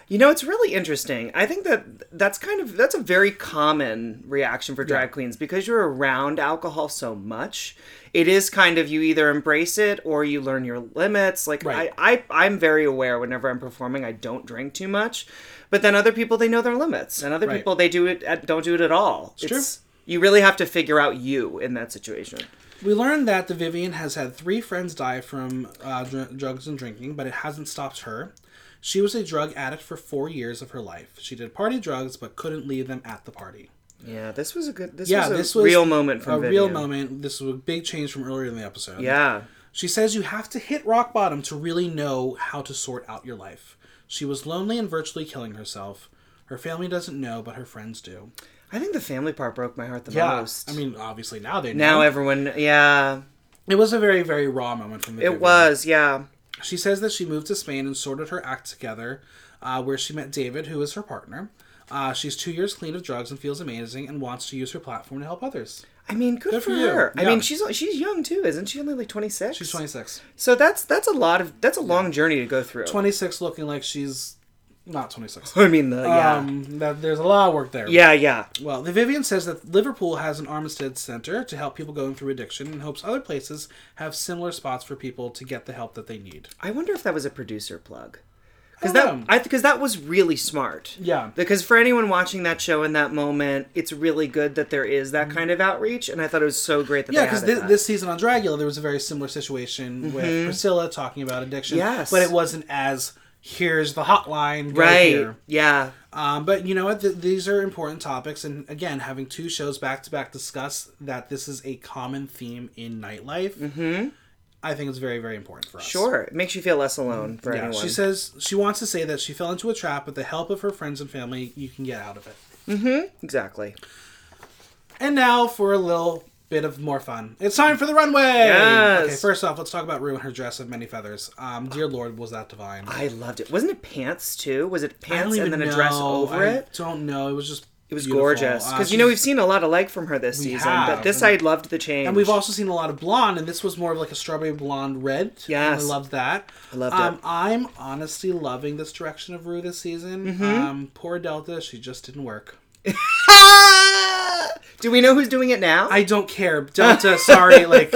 Speaker 2: You know, it's really interesting. I think that that's kind of that's a very common reaction for drag queens because you're around alcohol so much. It is kind of you either embrace it or you learn your limits. Like
Speaker 1: Right.
Speaker 2: I, I I'm very aware whenever I'm performing, I don't drink too much. But then other people they know their limits, and other
Speaker 1: Right.
Speaker 2: people they do it at, don't do it at all. It's, You really have to figure out you in that situation.
Speaker 1: We learned that the Vivian has had three friends die from uh, dr- drugs and drinking, but it hasn't stopped her. She was a drug addict for four years of her life. She did party drugs, but couldn't leave them at the party.
Speaker 2: Yeah, this was a good. This
Speaker 1: Yeah,
Speaker 2: was a
Speaker 1: this was
Speaker 2: real moment from
Speaker 1: a
Speaker 2: Vivian.
Speaker 1: real moment. This was a big change from earlier in the episode.
Speaker 2: Yeah.
Speaker 1: She says you have to hit rock bottom to really know how to sort out your life. She was lonely and virtually killing herself. Her family doesn't know, but her friends do.
Speaker 2: I think the family part broke my heart the most.
Speaker 1: I mean, obviously now they know.
Speaker 2: now everyone, yeah,
Speaker 1: it was a very, very raw moment from the
Speaker 2: it
Speaker 1: movie.
Speaker 2: was, yeah.
Speaker 1: She says that she moved to Spain and sorted her act together, uh, where she met David, who is her partner. Uh, she's two years clean of drugs and feels amazing and wants to use her platform to help others.
Speaker 2: I mean, good,
Speaker 1: for
Speaker 2: for,
Speaker 1: you.
Speaker 2: her. I
Speaker 1: Yeah.
Speaker 2: mean, she's she's young too, isn't she? Only like twenty six.
Speaker 1: She's 26.
Speaker 2: So that's that's a lot of that's a long journey to go through.
Speaker 1: 26 looking like she's not 26.
Speaker 2: I mean, the yeah,
Speaker 1: Um, that, there's a lot of work there.
Speaker 2: yeah, yeah.
Speaker 1: Well, the Vivian says that Liverpool has an Armistead Center to help people going through addiction and hopes other places have similar spots for people to get the help that they need.
Speaker 2: I wonder if that was a producer plug.
Speaker 1: I don't
Speaker 2: Because that,
Speaker 1: know.
Speaker 2: I because that was really smart.
Speaker 1: Yeah.
Speaker 2: Because for anyone watching that show in that moment, it's really good that there is that kind of outreach, and I thought it was so great that
Speaker 1: Mm-hmm. Yeah,
Speaker 2: they
Speaker 1: because
Speaker 2: added
Speaker 1: this,
Speaker 2: that.
Speaker 1: this season on Dragula, there was a very similar situation with Priscilla talking about addiction.
Speaker 2: Yes.
Speaker 1: But it wasn't as, here's the hotline, go
Speaker 2: right?
Speaker 1: here."
Speaker 2: Yeah,
Speaker 1: Um, but you know what? Th- these are important topics. And again, having two shows back to back discuss that this is a common theme in nightlife, I think is very, very important for us.
Speaker 2: Mm-hmm. sure. It makes you feel less alone for
Speaker 1: Yeah,
Speaker 2: anyone.
Speaker 1: she says she wants to say that she fell into a trap with the help of her friends and family. You can get out of it.
Speaker 2: exactly.
Speaker 1: And now for a little bit of more fun. It's time for the runway.
Speaker 2: Yes.
Speaker 1: Okay, first off, let's talk about Rue and her dress of many feathers. Um, dear Lord, was that divine?
Speaker 2: I loved it. Wasn't it pants too? Was it
Speaker 1: I don't
Speaker 2: pants and
Speaker 1: even
Speaker 2: then a dress
Speaker 1: know.
Speaker 2: over
Speaker 1: I
Speaker 2: it?
Speaker 1: Don't know. It was just.
Speaker 2: It was
Speaker 1: beautiful.
Speaker 2: gorgeous
Speaker 1: Uh,
Speaker 2: because you know
Speaker 1: she's-
Speaker 2: we've seen a lot alike from her this season,
Speaker 1: have.
Speaker 2: but this I loved the change.
Speaker 1: And we've also seen a lot of blonde, and this was more of like a strawberry blonde red.
Speaker 2: Yes.
Speaker 1: I loved that. I
Speaker 2: loved
Speaker 1: um,
Speaker 2: it.
Speaker 1: I'm honestly loving this direction of Rue this season.
Speaker 2: Mm-hmm.
Speaker 1: Um, poor Delta, she just didn't work.
Speaker 2: Ah! Do we know who's doing it now?
Speaker 1: I don't care, Delta. sorry, like,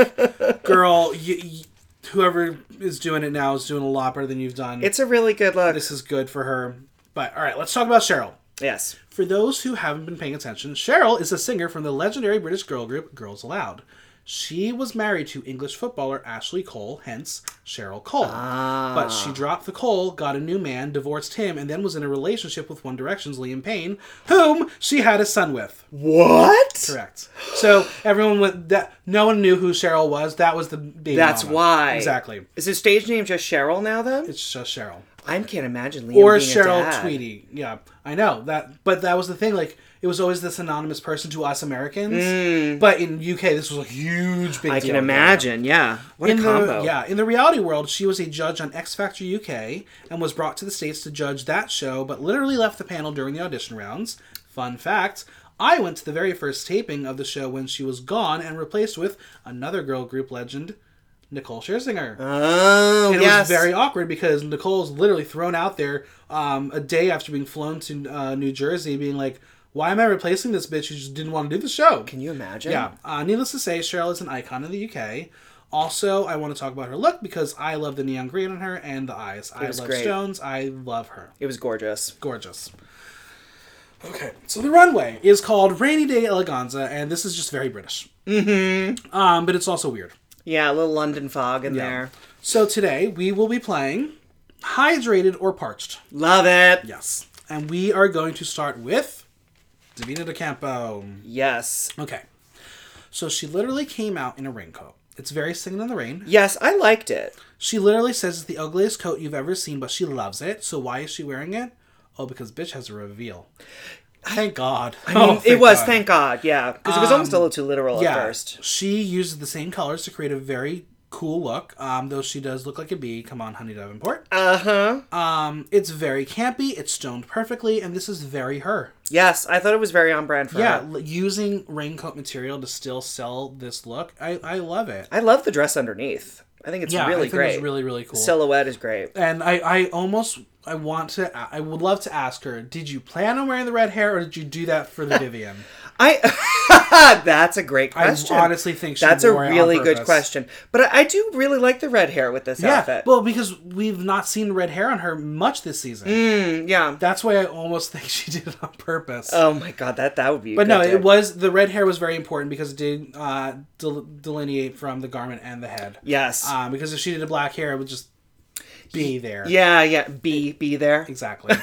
Speaker 1: girl, you, you, whoever is doing it now is doing a lot better than you've done.
Speaker 2: it's a really good look.
Speaker 1: this is good for her. But all right, let's talk about Cheryl.
Speaker 2: yes.
Speaker 1: For those who haven't been paying attention, Cheryl is a singer from the legendary British girl group Girls Aloud. She was married to English footballer Ashley Cole, hence Cheryl Cole. But she dropped the Cole, got a new man, divorced him, and then was in a relationship with One Direction's Liam Payne, whom she had a son with.
Speaker 2: What?
Speaker 1: Correct. So everyone went that no one knew who Cheryl was. That was the baby
Speaker 2: That's
Speaker 1: mama.
Speaker 2: why.
Speaker 1: exactly.
Speaker 2: Is his stage name just Cheryl now? Then
Speaker 1: It's just Cheryl.
Speaker 2: I can't imagine Liam
Speaker 1: or
Speaker 2: being a
Speaker 1: Cheryl
Speaker 2: dad.
Speaker 1: Tweedy. Yeah, I know that, but that was the thing. Like, it was always this anonymous person to us Americans, but in UK, this was a huge big.
Speaker 2: Mm. I
Speaker 1: deal.
Speaker 2: can imagine. Yeah. What
Speaker 1: In
Speaker 2: a
Speaker 1: the,
Speaker 2: combo.
Speaker 1: Yeah, in the reality world, she was a judge on X Factor UK and was brought to the states to judge that show, but literally left the panel during the audition rounds. Fun fact. I went to the very first taping of the show when she was gone and replaced with another girl group legend, Nicole Scherzinger.
Speaker 2: Oh
Speaker 1: And it
Speaker 2: yes.
Speaker 1: was very awkward because Nicole's literally thrown out there um, a day after being flown to uh, New Jersey, being like, "Why am I replacing this bitch who just didn't want to do the show?"
Speaker 2: can you imagine?
Speaker 1: yeah. Uh, needless to say, Cheryl is an icon in the UK. Also, I want to talk about her look because I love the neon green on her and the eyes. I
Speaker 2: was
Speaker 1: love
Speaker 2: great.
Speaker 1: stones. I love her.
Speaker 2: It was gorgeous.
Speaker 1: Gorgeous. Okay, so the runway is called Rainy Day Eleganza, and this is just very British. Mm-hmm. Um, but it's also weird.
Speaker 2: Yeah, a little London fog in there.
Speaker 1: So today we will be playing Hydrated or Parched.
Speaker 2: Love it.
Speaker 1: Yes. And we are going to start with Davina De Campo.
Speaker 2: Yes.
Speaker 1: Okay. So she literally came out in a raincoat. It's very singing in the rain.
Speaker 2: Yes, I liked it.
Speaker 1: She literally says it's the ugliest coat you've ever seen, but she loves it. So why is she wearing it? Oh, because bitch has a reveal. Thank God. Um, I
Speaker 2: I mean, it was, thank God. Yeah. Because it was almost a little too literal at first.
Speaker 1: She uses the same colors to create a very cool look, um, though she does look like a bee. Come on, Honey Davenport.
Speaker 2: Uh huh.
Speaker 1: Um, it's very campy, it's stoned perfectly, and this is very her.
Speaker 2: Yes, I thought it was very on brand for
Speaker 1: Yeah,
Speaker 2: her.
Speaker 1: l- using raincoat material to still sell this look, I, I love it.
Speaker 2: I love the dress underneath. I think it's
Speaker 1: Yeah, I
Speaker 2: really
Speaker 1: think
Speaker 2: great.
Speaker 1: it's really really cool.
Speaker 2: Silhouette is great.
Speaker 1: and I, I almost I want to a- I would love to ask her, did you plan on wearing the red hair, or did you do that for the Vivian?
Speaker 2: I that's a great
Speaker 1: I
Speaker 2: question.
Speaker 1: honestly think she
Speaker 2: that's a
Speaker 1: wore it on
Speaker 2: really good
Speaker 1: purpose.
Speaker 2: question. But I, I do really like the red hair with this
Speaker 1: Yeah,
Speaker 2: outfit.
Speaker 1: well, because we've not seen red hair on her much this season.
Speaker 2: Mm, yeah.
Speaker 1: That's why I almost think she did it on purpose.
Speaker 2: Oh my god, that that would be.
Speaker 1: but no, it was the red hair was very important because it did uh, del- delineate from the garment and the head.
Speaker 2: Yes.
Speaker 1: Um, because if she did a black hair, it would just be there.
Speaker 2: yeah, yeah. Be be there.
Speaker 1: Exactly.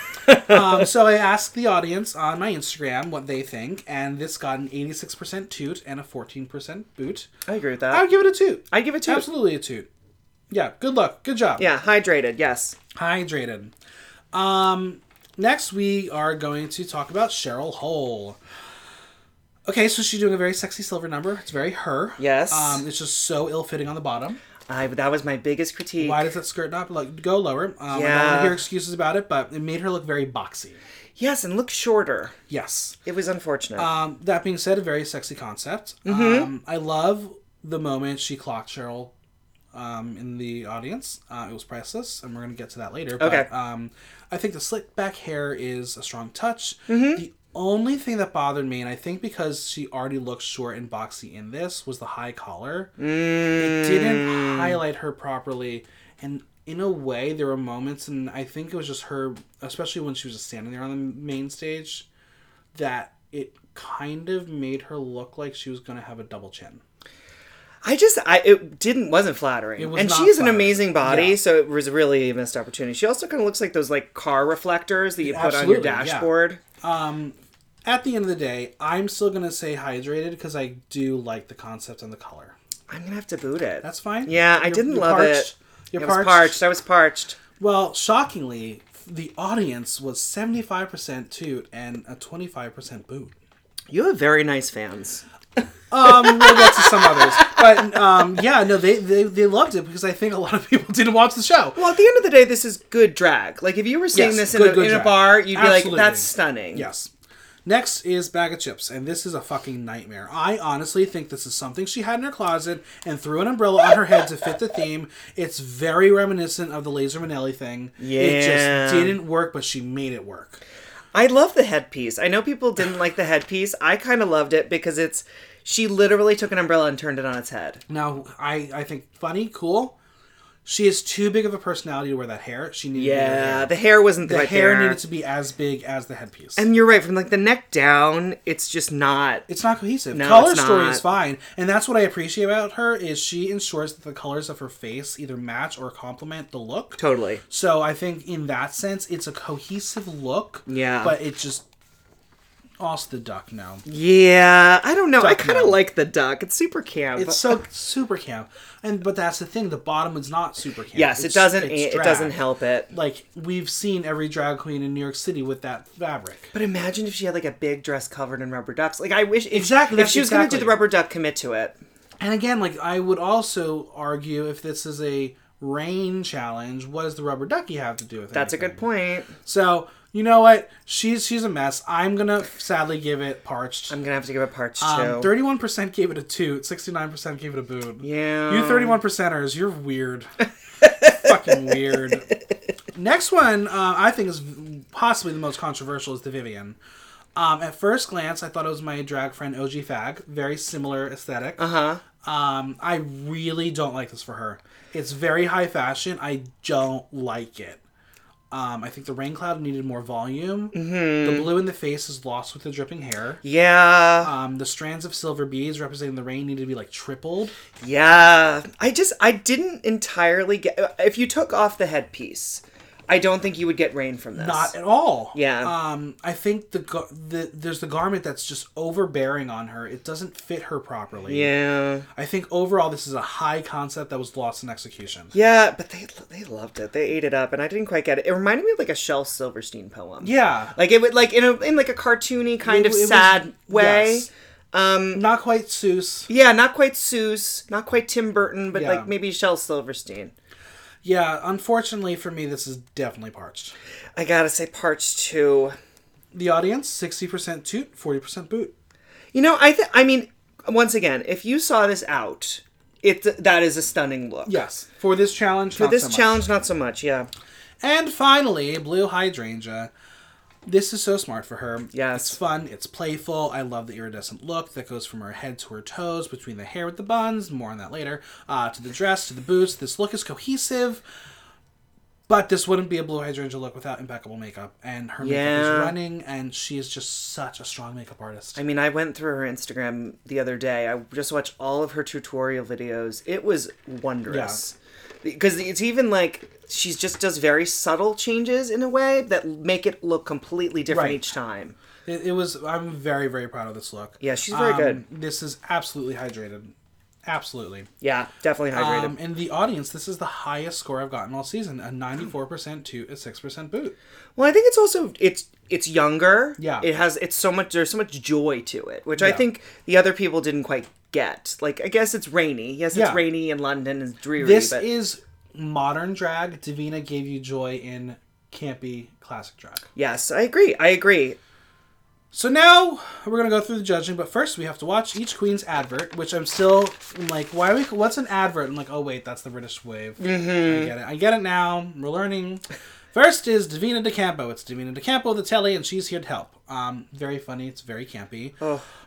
Speaker 1: um, so I asked the audience on my Instagram what they think, and this got an 86% toot and a 14% boot.
Speaker 2: I agree with
Speaker 1: I
Speaker 2: that.
Speaker 1: would give it a toot.
Speaker 2: I'd give it two.
Speaker 1: Absolutely a toot. Yeah, good luck. Good job.
Speaker 2: Yeah, hydrated. Yes.
Speaker 1: Hydrated. Um, next, we are going to talk about Cheryl Hole. Okay, so she's doing a very sexy silver number. It's very her.
Speaker 2: Yes.
Speaker 1: Um, it's just so ill fitting on the bottom.
Speaker 2: I that was my biggest critique.
Speaker 1: Why does that skirt not like go lower? Um, I don't want
Speaker 2: Yeah.
Speaker 1: to hear excuses about it, but it made her look very boxy.
Speaker 2: Yes, and look shorter.
Speaker 1: Yes.
Speaker 2: It was unfortunate.
Speaker 1: Um, that being said, a very sexy concept. Um, I love the moment she clocked Cheryl um, in the audience. Uh, it was priceless, and we're going to get to that later.
Speaker 2: Okay.
Speaker 1: But, um, I think the slick back hair is a strong touch. The only thing that bothered me, and I think because she already looked short and boxy in this, was the high collar. It didn't highlight her properly, and in a way, there were moments, and I think it was just her, especially when she was just standing there on the main stage that it kind of made her look like she was going to have a double chin.
Speaker 2: I just I it didn't wasn't flattering.
Speaker 1: was
Speaker 2: and
Speaker 1: not
Speaker 2: she is an
Speaker 1: flattering.
Speaker 2: amazing body,
Speaker 1: Yeah.
Speaker 2: so it was really a missed opportunity. She also kind of looks like those like car reflectors that you put on your
Speaker 1: Absolutely, yeah.
Speaker 2: dashboard.
Speaker 1: At the end of the day, I'm still going to say hydrated because I do like the concept and the color.
Speaker 2: I'm gonna have to boot it.
Speaker 1: That's fine.
Speaker 2: yeah, I
Speaker 1: You're-
Speaker 2: didn't
Speaker 1: you're
Speaker 2: love
Speaker 1: parched.
Speaker 2: it.
Speaker 1: You're
Speaker 2: I was
Speaker 1: parched.
Speaker 2: parched. I was parched.
Speaker 1: Well, shockingly, the audience was 75% toot and a 25% boot.
Speaker 2: You have very nice fans.
Speaker 1: Um, we'll get to some others. But um, yeah, no, they, they, they loved it because I think a lot of people didn't watch the show.
Speaker 2: Well, at the end of the day, this is good drag. Like if you were seeing
Speaker 1: Yes,
Speaker 2: this
Speaker 1: good-
Speaker 2: in, a,
Speaker 1: good
Speaker 2: in a
Speaker 1: drag.
Speaker 2: bar, you'd be
Speaker 1: Absolutely.
Speaker 2: like, "That's stunning."
Speaker 1: Yes. Next is Bag of Chips, and this is a fucking nightmare. I honestly think this is something she had in her closet and threw an umbrella on her head to fit the theme. It's very reminiscent of the Laser Minnelli thing. It
Speaker 2: Yeah.
Speaker 1: just didn't work, but she made it work.
Speaker 2: I love the headpiece. I know people didn't like the headpiece. I kind of loved it because it's she literally took an umbrella and turned it on its head.
Speaker 1: Now, I, I think funny, cool. She is too big of a personality to wear that hair. She needed bigger
Speaker 2: Yeah,
Speaker 1: hair.
Speaker 2: the hair wasn't
Speaker 1: The
Speaker 2: right
Speaker 1: hair
Speaker 2: there.
Speaker 1: needed to be as big as the headpiece.
Speaker 2: And you're right, from like the neck down, it's just not.
Speaker 1: It's not cohesive.
Speaker 2: No,
Speaker 1: color
Speaker 2: it's
Speaker 1: story
Speaker 2: not.
Speaker 1: is fine, and that's what I appreciate about her is she ensures that the colors of her face either match or complement the look.
Speaker 2: Totally.
Speaker 1: So I think in that sense, it's a cohesive look.
Speaker 2: Yeah.
Speaker 1: but it just also the duck now.
Speaker 2: Yeah, I don't know. I kind of
Speaker 1: now.
Speaker 2: like the duck. It's super camp.
Speaker 1: It's so super camp, and but that's the thing. The bottom is not super camp.
Speaker 2: yes, it
Speaker 1: It's-
Speaker 2: doesn't.
Speaker 1: it's
Speaker 2: It
Speaker 1: drag.
Speaker 2: doesn't help it.
Speaker 1: Like we've seen every drag queen in New York City with that fabric.
Speaker 2: But imagine if she had like a big dress covered in rubber ducks. Like I wish if,
Speaker 1: Exactly,
Speaker 2: if
Speaker 1: that's
Speaker 2: she was going to do
Speaker 1: exactly.
Speaker 2: the rubber duck, commit to it.
Speaker 1: And again, like I would also argue if this is a rain challenge, what does the rubber ducky have to do with it?
Speaker 2: That's a good point.
Speaker 1: So you know what? She's she's a mess. I'm gonna sadly give it parched.
Speaker 2: I'm gonna have to give a parch too.
Speaker 1: Um, Thirty-one percent gave it a toot. Sixty-nine percent gave it a boot.
Speaker 2: yeah,
Speaker 1: You thirty-one percenters, you're weird. Fucking weird. Next one, uh, I think is possibly the most controversial is the Vivian. Um, at first glance, I thought it was my drag friend OG Fag. Very similar aesthetic. Uh huh. Um, I really don't like this for her. It's very high fashion. I don't like it. Um, I think the rain cloud needed more volume. The blue in the face is lost with the dripping hair.
Speaker 2: Yeah,
Speaker 1: Um, the strands of silver beads representing the rain needed to be like tripled.
Speaker 2: yeah. I just I didn't entirely get. If you took off the headpiece, I don't think you would get rain from this.
Speaker 1: Not at all.
Speaker 2: Yeah.
Speaker 1: Um, I think the, gar- the there's the garment that's just overbearing on her. It doesn't fit her properly.
Speaker 2: yeah.
Speaker 1: I think overall this is a high concept that was lost in execution.
Speaker 2: Yeah, but they they loved it. They ate it up, and I didn't quite get it. It reminded me of like a Shel Silverstein poem.
Speaker 1: Yeah.
Speaker 2: like it would like in a in like a cartoony kind
Speaker 1: It-
Speaker 2: of
Speaker 1: it was-
Speaker 2: sad way.
Speaker 1: yes. Not quite Seuss.
Speaker 2: Yeah, not quite Seuss, not quite Tim Burton, but
Speaker 1: Yeah.
Speaker 2: like maybe Shel Silverstein.
Speaker 1: Yeah. Unfortunately for me, this is definitely parched.
Speaker 2: I gotta say, Parched too.
Speaker 1: The audience sixty percent toot, forty percent boot.
Speaker 2: You know, I th- I mean, once again, if you saw this out, it that is a stunning look.
Speaker 1: Yes. For this challenge. For
Speaker 2: This challenge, not so much. Yeah.
Speaker 1: And finally, Blue Hydrangea. This is so smart for her.
Speaker 2: Yes.
Speaker 1: It's fun, it's playful. I love the iridescent look that goes from her head to her toes, between the hair with the buns, more on that later, uh, to the dress, to the boots. This look is cohesive, but this wouldn't be a Blue Hydrangea look without impeccable makeup. And her makeup
Speaker 2: Yeah.
Speaker 1: is running, and she is just such a strong makeup artist.
Speaker 2: I mean, I went through her Instagram the other day. I just watched all of her tutorial videos. It was wondrous. Because it's even like she just does very subtle changes in a way that make it look completely different
Speaker 1: Right.
Speaker 2: each time.
Speaker 1: It, it was, I'm very, very proud of this look. Um,
Speaker 2: Yeah, she's very good.
Speaker 1: This is absolutely hydrated. Absolutely.
Speaker 2: Yeah, definitely hydrated.
Speaker 1: Um, and the audience, this is the highest score I've gotten all season a 94% to a 6% boot.
Speaker 2: Well, I think it's also it's it's younger.
Speaker 1: Yeah.
Speaker 2: It has it's so much there's so much joy to it, which I
Speaker 1: Yeah.
Speaker 2: think the other people didn't quite get. Like I guess it's rainy. Yes, it's
Speaker 1: Yeah.
Speaker 2: rainy in London and dreary,
Speaker 1: This
Speaker 2: but
Speaker 1: is modern drag. Davina gave you joy in campy classic drag.
Speaker 2: yes, I agree. I agree.
Speaker 1: So now we're gonna go through the judging, but first we have to watch each queen's advert, which I'm still I'm like, why are we? What's an advert? I'm like, oh wait, that's the British wave. I get it. I get it now. We're learning. First is Davina De Campo. It's Davina De Campo, the telly, and she's here to help. Um, very funny. It's very campy.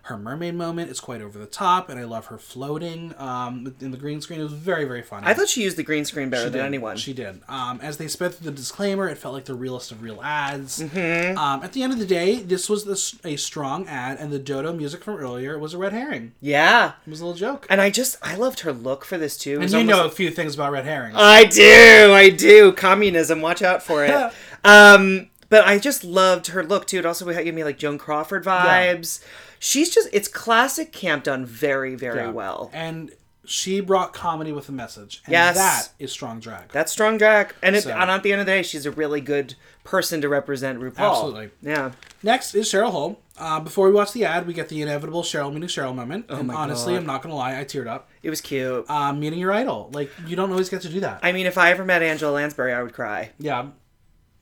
Speaker 1: Her mermaid moment is quite over the top, and I love her floating um, in the green screen. It was very, very funny.
Speaker 2: I thought she used the green screen better than anyone.
Speaker 1: She did. Um, as they sped through the disclaimer, it felt like the realest of real ads.
Speaker 2: Mm-hmm.
Speaker 1: Um, at the end of the day, this was the, s- a strong ad, and the Dodo music from earlier was a red herring.
Speaker 2: yeah.
Speaker 1: It was a little joke.
Speaker 2: And I just I loved her look for this too. It
Speaker 1: And
Speaker 2: was
Speaker 1: you
Speaker 2: almost-
Speaker 1: know a few things about red herrings.
Speaker 2: I do, I do. Communism, watch out for it. um, but I just loved her look too. It also gave me like Joan Crawford vibes. She's just it's classic camp done very, very well.
Speaker 1: And she brought comedy with a message. And
Speaker 2: Yes.
Speaker 1: that is strong drag.
Speaker 2: That's strong drag. And it,
Speaker 1: So-
Speaker 2: and at the end of the day, she's a really good person to represent RuPaul.
Speaker 1: Absolutely.
Speaker 2: Yeah.
Speaker 1: Next is Cheryl Hole. Uh, before we watch the ad, we get the inevitable Cheryl meeting Cheryl moment.
Speaker 2: Oh
Speaker 1: and honestly, I'm not going to lie, I teared up.
Speaker 2: It was cute.
Speaker 1: Um, meeting your idol. Like, you don't always get to do that.
Speaker 2: I mean, if I ever met Angela Lansbury, I would cry.
Speaker 1: yeah.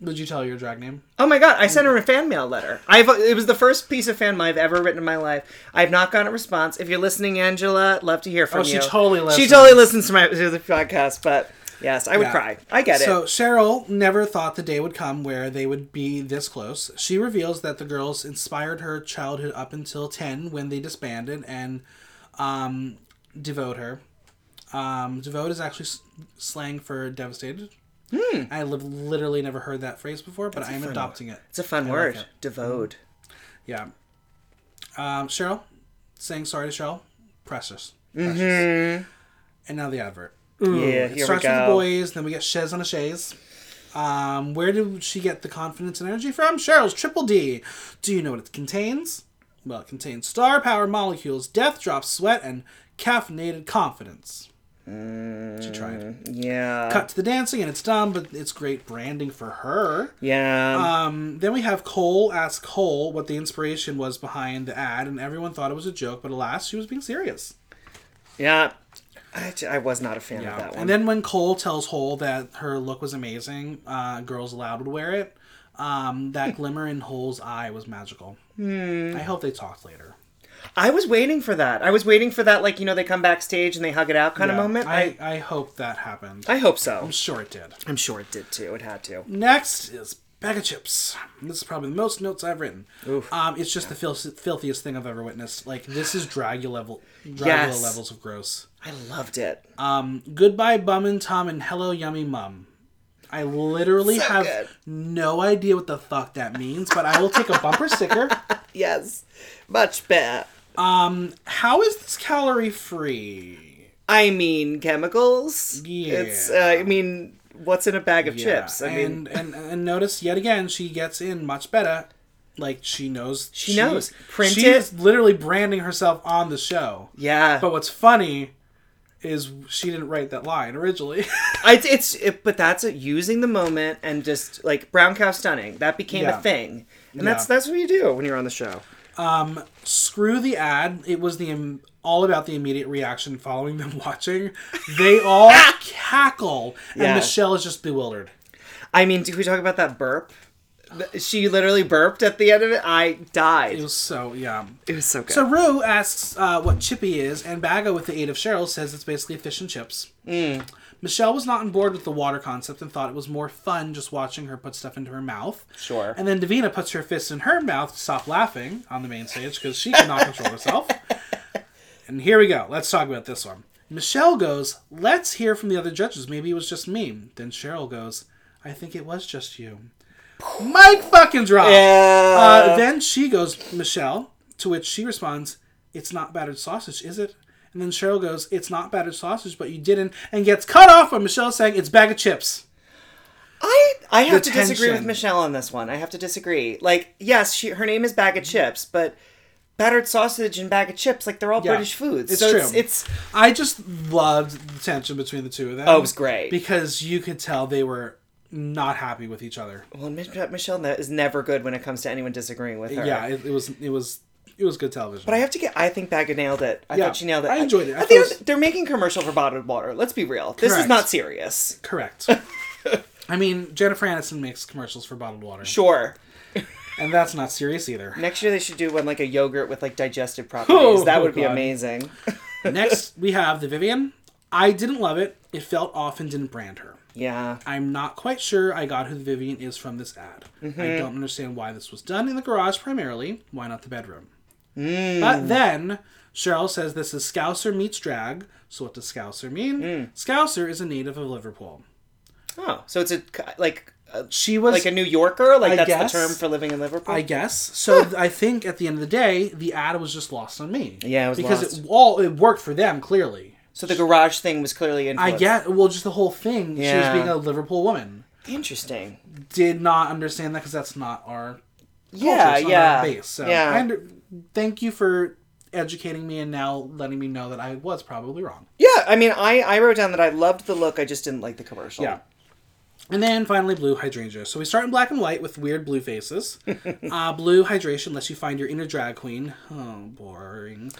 Speaker 1: Would you tell your drag name?
Speaker 2: Oh my god, I sent
Speaker 1: Mm.
Speaker 2: her a fan mail letter. I've it was the first piece of fan mail I've ever written in my life. I've not gotten a response. If you're listening, Angela, love to hear from
Speaker 1: Oh,
Speaker 2: you.
Speaker 1: she totally
Speaker 2: She
Speaker 1: listens.
Speaker 2: totally listens to my to the podcast, but yes, I would
Speaker 1: Yeah.
Speaker 2: cry. I get
Speaker 1: So
Speaker 2: it.
Speaker 1: Cheryl never thought the day would come where they would be this close. She reveals that the girls inspired her childhood up until ten, when they disbanded and um, devote her. Um, devote is actually s- slang for devastated.
Speaker 2: Hmm.
Speaker 1: I have literally never heard that phrase before, but I'm adopting it.
Speaker 2: It's a fun word.
Speaker 1: it.
Speaker 2: Devote.
Speaker 1: Yeah. Um, Cheryl saying sorry to Cheryl. Precious. Precious. And now the advert.
Speaker 2: Mm-hmm. yeah,
Speaker 1: It
Speaker 2: here we
Speaker 1: starts with the
Speaker 2: go.
Speaker 1: boys, then we get Shez on a chaise. Um, where did she get the confidence and energy from? Cheryl's Triple D. Do you know what it contains? Well, it contains star power molecules, death drops, sweat, and caffeinated confidence. She tried.
Speaker 2: Mm. Yeah.
Speaker 1: Cut to the dancing, and it's dumb, but it's great branding for her.
Speaker 2: Yeah.
Speaker 1: Um, then we have Cole ask Cole what the inspiration was behind the ad, and everyone thought it was a joke, but alas, she was being serious.
Speaker 2: yeah. I, j- I was not a fan of
Speaker 1: Yeah.
Speaker 2: that one.
Speaker 1: And then when Cole tells Hole that her look was amazing, uh, girls allowed would wear it. Um, that glimmer in Hole's eye was magical.
Speaker 2: Hmm.
Speaker 1: I hope they talked later.
Speaker 2: I was waiting for that. I was waiting for that, like, you know, they come backstage and they hug it out kind
Speaker 1: Yeah,
Speaker 2: of moment.
Speaker 1: I, I hope that happened.
Speaker 2: I hope so.
Speaker 1: I'm sure it did.
Speaker 2: I'm sure it did too. It had to.
Speaker 1: Next is bag of chips. This is probably the most notes I've written. Um, it's just the fil- filthiest thing I've ever witnessed. Like this is Dragula level, Dragula
Speaker 2: Yes.
Speaker 1: levels of gross.
Speaker 2: I loved it.
Speaker 1: Um, goodbye, bum and Tom, and hello, yummy mum. I literally
Speaker 2: So
Speaker 1: have
Speaker 2: good.
Speaker 1: no idea what the fuck that means, but I will take a bumper sticker.
Speaker 2: yes. Much better.
Speaker 1: How is this calorie free?
Speaker 2: I mean, chemicals.
Speaker 1: Yeah.
Speaker 2: It's, uh, I mean, what's in a bag of chips? I mean,
Speaker 1: and, and and notice yet again she gets in much better. Like she knows
Speaker 2: She knows. Print
Speaker 1: she's
Speaker 2: it.
Speaker 1: literally branding herself on the show.
Speaker 2: yeah.
Speaker 1: But what's funny is she didn't write that line originally.
Speaker 2: I, it's, it, but that's it, using the moment and just like brown cow stunning. That became
Speaker 1: Yeah.
Speaker 2: a thing. And that's,
Speaker 1: Yeah.
Speaker 2: that's what you do when you're on the show.
Speaker 1: screw the ad. It was the im- all about the immediate reaction following them watching. They all cackle, and
Speaker 2: Yeah.
Speaker 1: Michelle is just bewildered.
Speaker 2: I mean, do we talk about that burp? Th- She literally burped at the end of it. I died.
Speaker 1: It was so yeah.
Speaker 2: It was so good.
Speaker 1: So Rue asks uh, what Chippy is, and Baga, with the aid of Cheryl, says it's basically fish and chips. Michelle was not on board with the water concept and thought it was more fun just watching her put stuff into her mouth.
Speaker 2: Sure.
Speaker 1: And then Davina puts her fist in her mouth to stop laughing on the main stage because she cannot control herself. And here we go. Let's talk about this one. Michelle goes, Let's hear from the other judges. Maybe it was just me. Then Cheryl goes, I think it was just you. Mike fucking drop. Uh, then she goes, Michelle, to which she responds, It's not battered sausage, is it? And then Cheryl goes, It's not battered sausage, but you didn't, and gets cut off by Michelle saying, It's bag of chips.
Speaker 2: I I have to disagree with
Speaker 1: tension. Mm-hmm.
Speaker 2: Michelle on this one. I have to disagree. Like, yes, she her name is Bag of Chips, but battered sausage and bag of chips. Like they're all
Speaker 1: Yeah.
Speaker 2: British foods.
Speaker 1: It's
Speaker 2: so
Speaker 1: true.
Speaker 2: It's, it's
Speaker 1: I just loved the tension between the two of them.
Speaker 2: Oh, it was great.
Speaker 1: because you could tell they were not happy with each other.
Speaker 2: well, Mich- Michelle ne- is never good when it comes to anyone disagreeing with her.
Speaker 1: Yeah, it, it was it was it was good television.
Speaker 2: But I have to get. I think Bagga nailed it. I
Speaker 1: Yeah,
Speaker 2: thought she nailed it.
Speaker 1: I enjoyed it. I
Speaker 2: At the end,
Speaker 1: thought it
Speaker 2: they're making commercial for bottled water. Let's be real. This is
Speaker 1: Correct.
Speaker 2: not serious.
Speaker 1: Correct. I mean, Jennifer Aniston makes commercials for bottled water,
Speaker 2: Sure.
Speaker 1: and that's not serious either.
Speaker 2: Next year they should do one like a yogurt with like digestive properties.
Speaker 1: Oh,
Speaker 2: that
Speaker 1: oh
Speaker 2: would be
Speaker 1: God.
Speaker 2: amazing.
Speaker 1: Next, we have the Vivian. I didn't love it. It felt off and didn't brand her.
Speaker 2: yeah.
Speaker 1: I'm not quite sure I got who the Vivian is from this ad. I
Speaker 2: Mm-hmm.
Speaker 1: don't understand why this was done in the garage primarily. Why not the bedroom?
Speaker 2: Mm.
Speaker 1: But then Cheryl says this is Scouser meets drag. So what does Scouser mean?
Speaker 2: Mm.
Speaker 1: Scouser is a native of Liverpool.
Speaker 2: Oh, so it's a k- like a,
Speaker 1: She was
Speaker 2: like a New Yorker. Like
Speaker 1: I
Speaker 2: that's
Speaker 1: guess.
Speaker 2: the term for living in Liverpool.
Speaker 1: I guess. So th- I think at the end of the day, the ad was just lost on me.
Speaker 2: Yeah, it was
Speaker 1: because
Speaker 2: lost.
Speaker 1: it all it worked for them clearly.
Speaker 2: so the garage thing was clearly
Speaker 1: I
Speaker 2: influenced.
Speaker 1: get well, just the whole thing. She was
Speaker 2: Yeah.
Speaker 1: being a Liverpool woman.
Speaker 2: Interesting.
Speaker 1: Did not understand that because that's not our
Speaker 2: Yeah,
Speaker 1: culture, it's not
Speaker 2: yeah,
Speaker 1: our base. So
Speaker 2: yeah.
Speaker 1: I under- thank you for educating me and now letting me know that I was probably wrong.
Speaker 2: Yeah, I mean, I I wrote down that I loved the look. I just didn't like the commercial.
Speaker 1: Yeah. And then finally, blue hydrangea. So we start in black and white with weird blue faces. uh, blue hydration lets you find your inner drag queen. Oh, boring.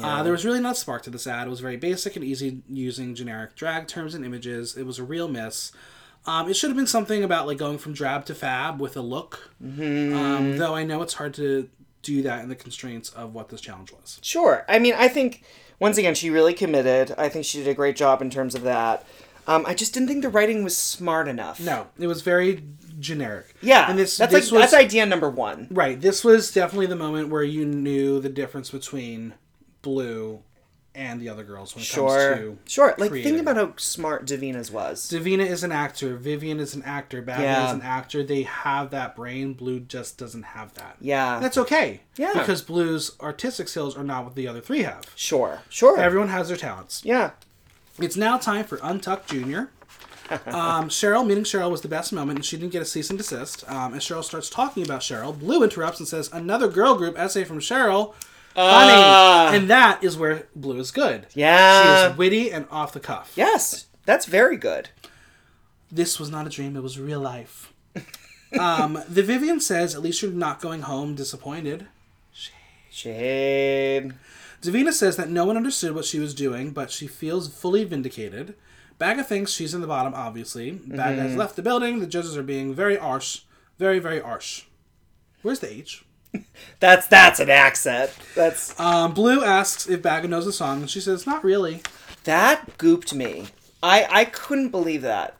Speaker 1: Uh, there was really not a spark to this ad. It was very basic and easy using generic drag terms and images. It was a real miss. Um, it should have been something about like going from drab to fab with a look.
Speaker 2: Mm-hmm.
Speaker 1: Um, though I know it's hard to do that in the constraints of what this challenge was.
Speaker 2: Sure. I mean, I think once again she really committed. I think she did a great job in terms of that. Um, I just didn't think the writing was smart enough.
Speaker 1: No, it was very generic.
Speaker 2: Yeah.
Speaker 1: and this
Speaker 2: that's
Speaker 1: this
Speaker 2: like
Speaker 1: was
Speaker 2: that's idea number one.
Speaker 1: Right. This was definitely the moment where you knew the difference between Blue and the other girls when it
Speaker 2: Sure.
Speaker 1: comes to.
Speaker 2: Sure. Like
Speaker 1: creative.
Speaker 2: think about how smart Davina's was.
Speaker 1: Davina is an actor. Vivian is an actor. Batman
Speaker 2: Yeah.
Speaker 1: is an actor. They have that brain. Blue just doesn't have that.
Speaker 2: Yeah.
Speaker 1: That's okay.
Speaker 2: Yeah.
Speaker 1: Because Blue's artistic skills are not what the other three have.
Speaker 2: Sure. Sure.
Speaker 1: Everyone has their talents.
Speaker 2: yeah.
Speaker 1: It's now time for Untucked Junior. Um, Cheryl meeting Cheryl was the best moment, and she didn't get a cease and desist. Um, as Cheryl starts talking about Cheryl, Blue interrupts and says, "Another girl group essay from Cheryl." Funny, and that is where Blue is good.
Speaker 2: Yeah.
Speaker 1: she is witty and off the cuff.
Speaker 2: Yes. That's very good.
Speaker 1: This was not a dream; it was real life. um, the Vivian says, "At least you're not going home disappointed."
Speaker 2: Shade.
Speaker 1: Davina says that no one understood what she was doing, but she feels fully vindicated. Bagga thinks she's in the bottom, obviously. Bagga has left the building. The judges are being very arse. Very, very arse. Where's the H?
Speaker 2: That's that's an accent. That's
Speaker 1: Um, Blue asks if Bagga knows the song, and she says, not really.
Speaker 2: that gooped me. I I couldn't believe that.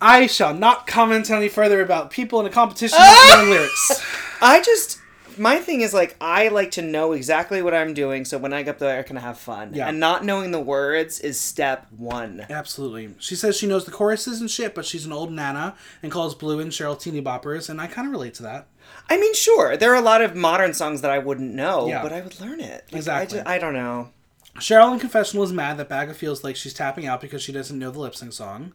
Speaker 1: I shall not comment any further about people in a competition with their own lyrics.
Speaker 2: I just my thing is like I like to know exactly what I'm doing so when I get up there I can have fun.
Speaker 1: Yeah.
Speaker 2: And not knowing the words is step one.
Speaker 1: Absolutely. She says she knows the choruses and shit, but she's an old nana and calls Blue and Cheryl teeny boppers, and I kind of relate to that.
Speaker 2: I mean, sure, there are a lot of modern songs that I wouldn't know,
Speaker 1: Yeah.
Speaker 2: but I would learn it. Like,
Speaker 1: Exactly.
Speaker 2: I, ju- I don't know.
Speaker 1: Cheryl in confessional is mad that Bagga feels like she's tapping out because she doesn't know the lip sync song.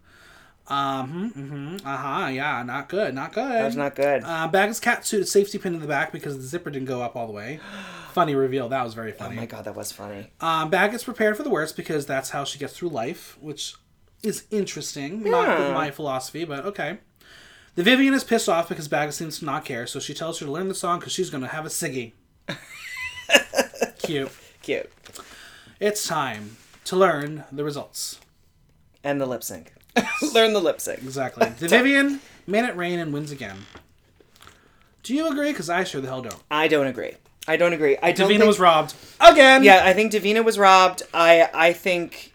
Speaker 1: Um, mm-hmm, uh-huh, yeah, not good, not
Speaker 2: That's
Speaker 1: good.
Speaker 2: not good.
Speaker 1: Uh, Bagga's cat suit is safety pin in the back because the zipper didn't go up all the way. Funny reveal, that was very
Speaker 2: oh my
Speaker 1: funny.
Speaker 2: god, that was funny.
Speaker 1: um, Bagga's prepared for the worst because that's how she gets through life, which is interesting.
Speaker 2: Yeah.
Speaker 1: Not my philosophy, but okay. The Vivian is pissed off because Bagga seems to not care, so she tells her to learn the song because she's going to have a ciggy. Cute.
Speaker 2: Cute.
Speaker 1: It's time to learn the results.
Speaker 2: And the lip sync. learn the lip sync.
Speaker 1: Exactly. The Vivian made it rain and wins again. Do you agree? Because I sure the hell don't.
Speaker 2: I don't agree. I don't agree. I don't
Speaker 1: Davina
Speaker 2: think-
Speaker 1: was robbed again.
Speaker 2: Yeah, I think Davina was robbed. I I think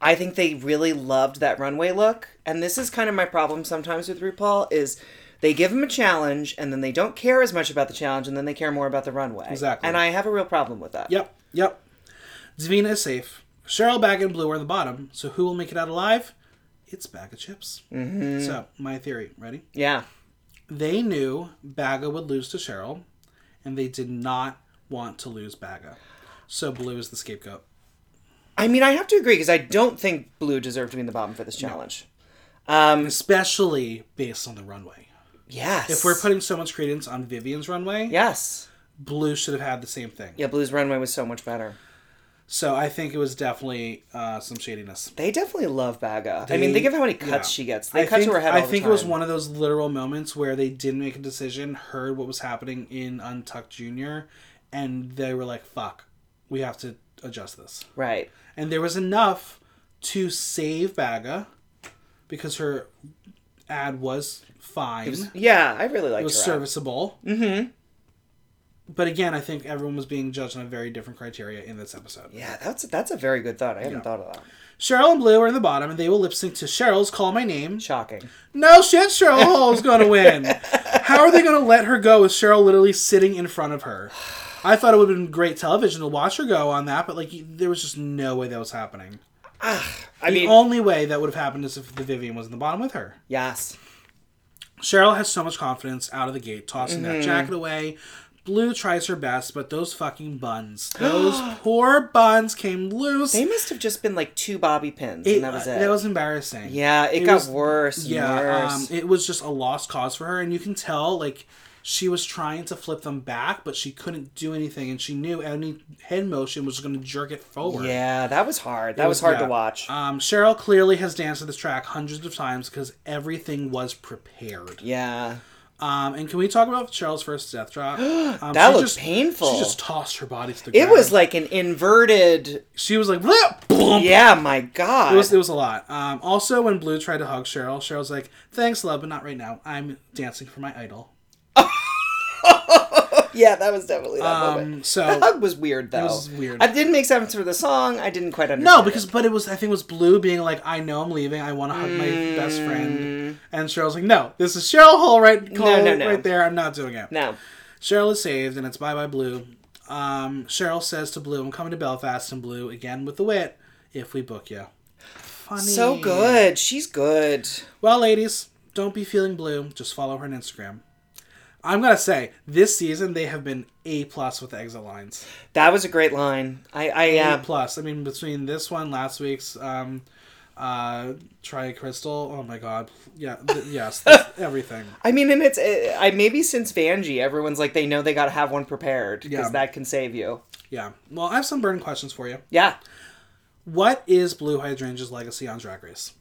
Speaker 2: I think they really loved that runway look. And this is kind of my problem sometimes with RuPaul is they give him a challenge and then they don't care as much about the challenge and then they care more about the runway.
Speaker 1: Exactly.
Speaker 2: And I have a real problem with that.
Speaker 1: Yep. Yep. Davina is safe. Cheryl, Bag, and Blue are the bottom. So who will make it out alive? It's Bag of Chips. Mm-hmm. So my theory. Ready?
Speaker 2: Yeah.
Speaker 1: They knew Bagga would lose to Cheryl, and they did not want to lose Bagga. So Blue is the scapegoat.
Speaker 2: I mean, I have to agree because I don't think Blue deserved to be in the bottom for this challenge.
Speaker 1: Especially based on the runway.
Speaker 2: Yes.
Speaker 1: If we're putting so much credence on Vivian's runway,
Speaker 2: Yes.
Speaker 1: Blue should have had the same thing.
Speaker 2: Yeah, Blues Runway was so much better.
Speaker 1: So I think it was definitely uh, some shadiness.
Speaker 2: They definitely love Baga. I mean,
Speaker 1: They-
Speaker 2: think of how many cuts
Speaker 1: yeah.
Speaker 2: she gets. They
Speaker 1: I
Speaker 2: cut
Speaker 1: think,
Speaker 2: to her head.
Speaker 1: I
Speaker 2: all the
Speaker 1: think it was
Speaker 2: time.
Speaker 1: one of those literal moments where they didn't make a decision, heard what was happening in Untucked Junior, and they were like, "Fuck, we have to adjust this."
Speaker 2: Right.
Speaker 1: And there was enough to save Baga because her ad was fine. It was,
Speaker 2: Yeah, I really liked her. act.
Speaker 1: serviceable. Mm-hmm. But again, I think everyone was being judged on a very different criteria in this episode.
Speaker 2: Yeah, that's that's a very good thought. I hadn't thought of that.
Speaker 1: Cheryl and Blue are in the bottom, and they will lip sync to Cheryl's "Call My Name."
Speaker 2: Shocking.
Speaker 1: No shit, Cheryl Hall's gonna win. How are they gonna let her go with Cheryl literally sitting in front of her? I thought it would have been great television to watch her go on that, but like there was just no way that was happening.
Speaker 2: I
Speaker 1: The
Speaker 2: mean,
Speaker 1: only way that would have happened is if the Vivian was in the bottom with her.
Speaker 2: yes.
Speaker 1: Cheryl has so much confidence out of the gate, tossing
Speaker 2: Mm-hmm.
Speaker 1: that jacket away. Blue tries her best, but those fucking buns, those poor buns came loose.
Speaker 2: They must have just been like two bobby pins, and that was it.
Speaker 1: That was embarrassing.
Speaker 2: yeah, it,
Speaker 1: It
Speaker 2: got
Speaker 1: was-
Speaker 2: worse. And
Speaker 1: yeah
Speaker 2: worse.
Speaker 1: um, it was just a lost cause for her and you can tell like she was trying to flip them back but she couldn't do anything and she knew any head motion was going to jerk it forward
Speaker 2: yeah, that was hard. That was, hard to
Speaker 1: yeah.
Speaker 2: watch.
Speaker 1: um, cheryl clearly has danced to this track hundreds of times because everything was prepared
Speaker 2: yeah,
Speaker 1: um, and can we talk about cheryl's first death drop um,
Speaker 2: That
Speaker 1: she
Speaker 2: looked painful.
Speaker 1: she just tossed her body to the
Speaker 2: it
Speaker 1: ground
Speaker 2: was like an inverted.
Speaker 1: she was like "Bleh, boom
Speaker 2: Yeah, my god.
Speaker 1: It was, it was a lot. Um, also, when Blue tried to hug Cheryl, Cheryl's like, "Thanks, love, but not right now. I'm dancing for my idol."
Speaker 2: yeah, that was definitely that moment.
Speaker 1: Um, so
Speaker 2: The hug was weird though. It
Speaker 1: was weird.
Speaker 2: I didn't make sense for the song. I didn't quite understand.
Speaker 1: No, because but it was I think it was Blue being like, I know I'm leaving, I want to hug my best friend, and Cheryl's like, No, this is Cheryl Hall right call
Speaker 2: Mm. no, no.
Speaker 1: right there. I'm not doing it.
Speaker 2: it. no.
Speaker 1: Cheryl is saved, and it's bye bye Blue. Um, Cheryl says to Blue, I'm coming to Belfast, and Blue again with the wit, if we book you. Funny.
Speaker 2: So good. She's good.
Speaker 1: Well, ladies, don't be feeling blue. Just follow her on Instagram. I'm gonna say this season they have been a plus with the exit lines.
Speaker 2: That was a great line. I, uh, I
Speaker 1: A
Speaker 2: am.
Speaker 1: plus. I mean, between this one, last week's um, uh, Try Crystal. Oh my God. Yeah. Th- yes. that's everything.
Speaker 2: I mean, and it's uh, I maybe since Vanjie, everyone's like they know they got to have one prepared because
Speaker 1: Yeah.
Speaker 2: that can save you.
Speaker 1: Yeah. Well, I have some burning questions for you.
Speaker 2: Yeah,
Speaker 1: What is Blue Hydrangea's legacy on Drag Race?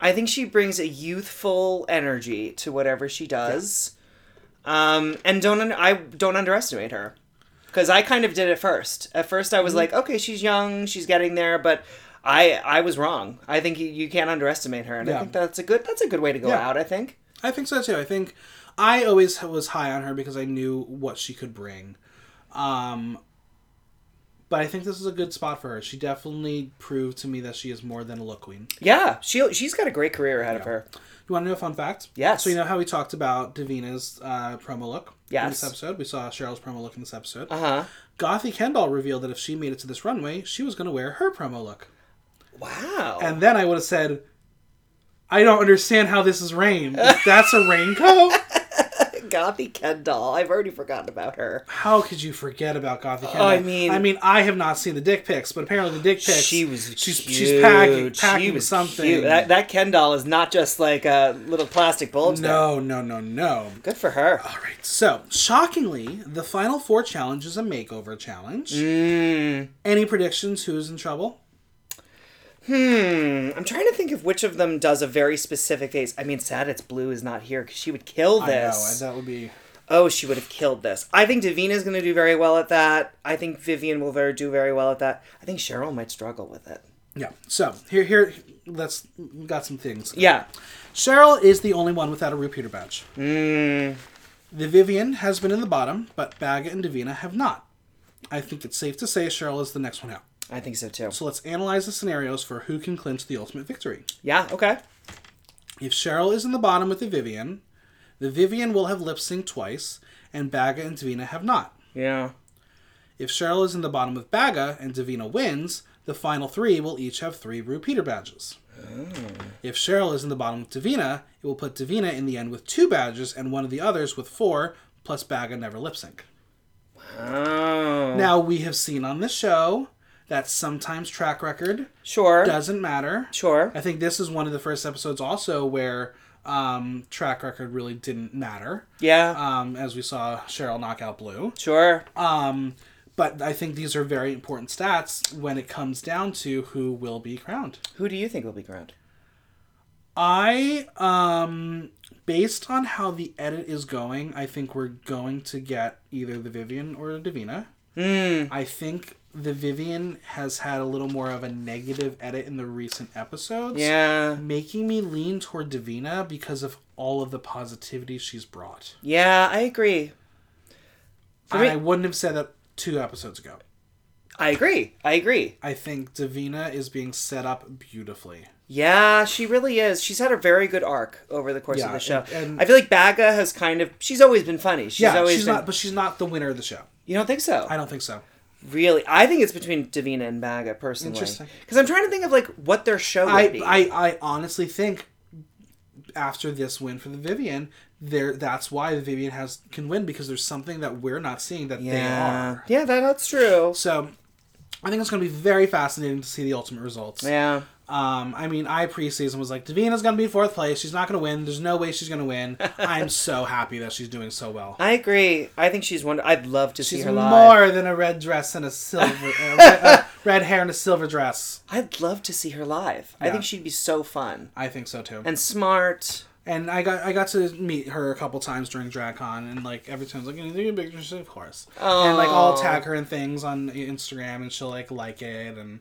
Speaker 2: I think she brings a youthful energy to whatever she does, um, and don't un- I don't underestimate her because I kind of did it first. At first, I
Speaker 1: Mm-hmm.
Speaker 2: was like, okay, she's young, she's getting there, but. I, I was wrong. I think you, you can't underestimate her, and I
Speaker 1: Yeah.
Speaker 2: think that's a good that's a good way to go
Speaker 1: Yeah.
Speaker 2: out. I think
Speaker 1: I think so too. I think I always was high on her because I knew what she could bring. Um, but I think this is a good spot for her. She definitely proved to me that she is more than a look queen.
Speaker 2: yeah, she she's got a great career ahead of her.
Speaker 1: You want to know a fun fact?
Speaker 2: Yes.
Speaker 1: So you know how we talked about Davina's uh, promo look in
Speaker 2: Yes.
Speaker 1: this episode? We saw Cheryl's promo look in this episode.
Speaker 2: Uh huh.
Speaker 1: Gothy Kendall revealed that if she made it to this runway, she was going to wear her promo look.
Speaker 2: Wow.
Speaker 1: And then I would have said, I don't understand how this is rain. That's a raincoat?
Speaker 2: Gothy Kendall. I've already forgotten about her.
Speaker 1: How could you forget about Gothy Kendall?
Speaker 2: I mean-
Speaker 1: I mean, I have not seen the dick pics, but apparently the dick pics.
Speaker 2: She was
Speaker 1: she's
Speaker 2: cute.
Speaker 1: she's packing
Speaker 2: She
Speaker 1: packing
Speaker 2: was
Speaker 1: something.
Speaker 2: cute. That, that Kendall is not just like a little plastic bulge. there.
Speaker 1: no, no, no, no.
Speaker 2: Good for her.
Speaker 1: All right. So shockingly, the final four challenge is a makeover challenge. Any predictions? Who's in trouble?
Speaker 2: I'm trying to think of which of them does a very specific face. I mean, sad it's Blue is not here because she would kill this.
Speaker 1: No, that would be.
Speaker 2: oh, she would have killed this. I think Davina's going to do very well at that. I think Vivian will very, do very well at that. I think Cheryl might struggle with it.
Speaker 1: Yeah. So here, here, let's we got some things.
Speaker 2: Yeah.
Speaker 1: Cheryl is the only one without a repeater badge. The Vivian has been in the bottom, but Baga and Davina have not. I think it's safe to say Cheryl is the next one out.
Speaker 2: I think so too.
Speaker 1: So let's analyze the scenarios for who can clinch the ultimate victory.
Speaker 2: Yeah, okay.
Speaker 1: If Cheryl is in the bottom with the Vivian, the Vivian will have lip sync twice, and Baga and Davina have not.
Speaker 2: Yeah.
Speaker 1: If Cheryl is in the bottom with Baga and Davina wins, the final three will each have three repeater badges. If Cheryl is in the bottom with Davina, it will put Davina in the end with two badges and one of the others with four, plus Baga never lip sync.
Speaker 2: Oh.
Speaker 1: Now, we have seen on this show that sometimes track record
Speaker 2: Sure.
Speaker 1: doesn't matter.
Speaker 2: Sure.
Speaker 1: Uh, I think this is one of the first episodes also where um, track record really didn't matter.
Speaker 2: Yeah.
Speaker 1: Um, as we saw Cheryl knock out Blue.
Speaker 2: sure.
Speaker 1: Um, but I think these are very important stats when it comes down to who will be crowned.
Speaker 2: Who do you think will be crowned?
Speaker 1: I um based on how the edit is going, I think we're going to get either the Vivian or the Davina. I think the Vivian has had a little more of a negative edit in the recent episodes.
Speaker 2: Yeah.
Speaker 1: Making me lean toward Davina because of all of the positivity she's brought.
Speaker 2: Yeah, I agree.
Speaker 1: And I wouldn't have said that two episodes ago.
Speaker 2: I agree. I agree.
Speaker 1: I think Davina is being set up beautifully.
Speaker 2: Yeah, she really is. She's had a very good arc over the course
Speaker 1: Yeah,
Speaker 2: of the show.
Speaker 1: and- and-
Speaker 2: I feel like Baga has kind of. She's always been funny. She's
Speaker 1: Yeah,
Speaker 2: always
Speaker 1: she's
Speaker 2: been.
Speaker 1: not, but she's not the winner of the show.
Speaker 2: you don't think so?
Speaker 1: I don't think so.
Speaker 2: really, I think it's between Davina and Baga personally.
Speaker 1: Interesting.
Speaker 2: Because I'm trying to think of like what their show would be.
Speaker 1: I, I, I honestly think after this win for the Vivian, there that's why the Vivian has can win because there's something that we're not seeing that they
Speaker 2: yeah.
Speaker 1: are.
Speaker 2: Yeah, that, that's true.
Speaker 1: So I think it's going to be very fascinating to see the ultimate results.
Speaker 2: Yeah.
Speaker 1: Um, I mean, I preseason was like, Davina's going to be fourth place. She's not going to win. There's no way she's going to win. I'm so happy that she's doing so well.
Speaker 2: I agree. I think she's wonderful. I'd love to see
Speaker 1: She's
Speaker 2: her live.
Speaker 1: more than a red dress and a silver, uh, red, uh, red hair and a silver dress.
Speaker 2: I'd love to see her live. I think she'd be so fun
Speaker 1: I think so too.
Speaker 2: and smart.
Speaker 1: And I got I got to meet her a couple times during DragCon, and like every time I was like, "Can you take a picture?" She said, "Of course." And like I'll tag her in things on Instagram, and she'll like like it, and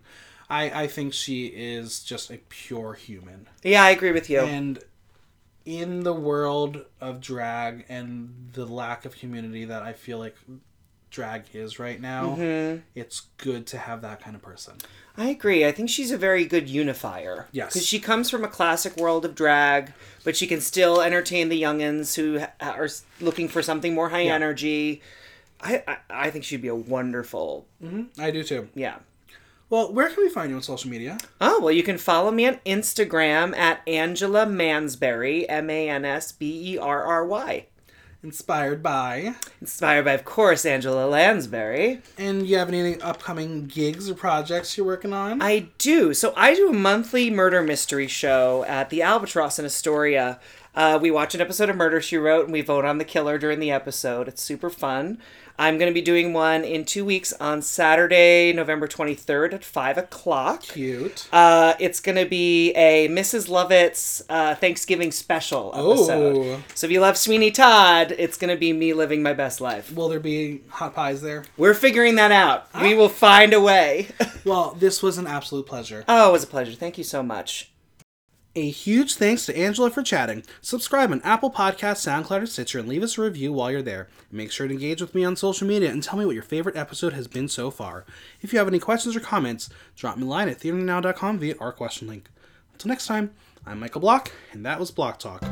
Speaker 1: I I think she is just a pure human.
Speaker 2: Yeah, I agree with you.
Speaker 1: And in the world of drag and the lack of community that I feel like drag is right now, it's good to have that kind of person.
Speaker 2: I agree. I think she's a very good unifier.
Speaker 1: Yes.
Speaker 2: Because she comes from a classic world of drag, but she can still entertain the youngins who ha- are s- looking for something more high energy. I, I, I think she'd be a wonderful.
Speaker 1: I do too.
Speaker 2: Yeah.
Speaker 1: Well, where can we find you on social media?
Speaker 2: Oh, well, you can follow me on Instagram at Angela Mansberry, M A N S B E R R Y.
Speaker 1: Inspired by.
Speaker 2: Inspired by, of course, Angela Lansbury.
Speaker 1: And you have any upcoming gigs or projects you're working on?
Speaker 2: I do. So I do a monthly murder mystery show at the Albatross in Astoria. Uh, we watch an episode of Murder She Wrote and we vote on the killer during the episode. It's super fun. I'm going to be doing one in two weeks on Saturday, November 23rd at 5 o'clock.
Speaker 1: Cute.
Speaker 2: Uh, it's going to be a Mrs. Lovett's uh, Thanksgiving special episode.
Speaker 1: Oh.
Speaker 2: So if you love Sweeney Todd, it's going to be me living my best life.
Speaker 1: Will there be hot pies there?
Speaker 2: We're figuring that out. We will find a way.
Speaker 1: Well, this was an absolute pleasure.
Speaker 2: oh, it was a pleasure. Thank you so much.
Speaker 1: A huge thanks to Angela for chatting. Subscribe on Apple Podcasts, SoundCloud, or Stitcher, and leave us a review while you're there. And make sure to engage with me on social media and tell me what your favorite episode has been so far. If you have any questions or comments, drop me a line at theaternow.com via our question link. Until next time, I'm Michael Block, and that was Block Talk.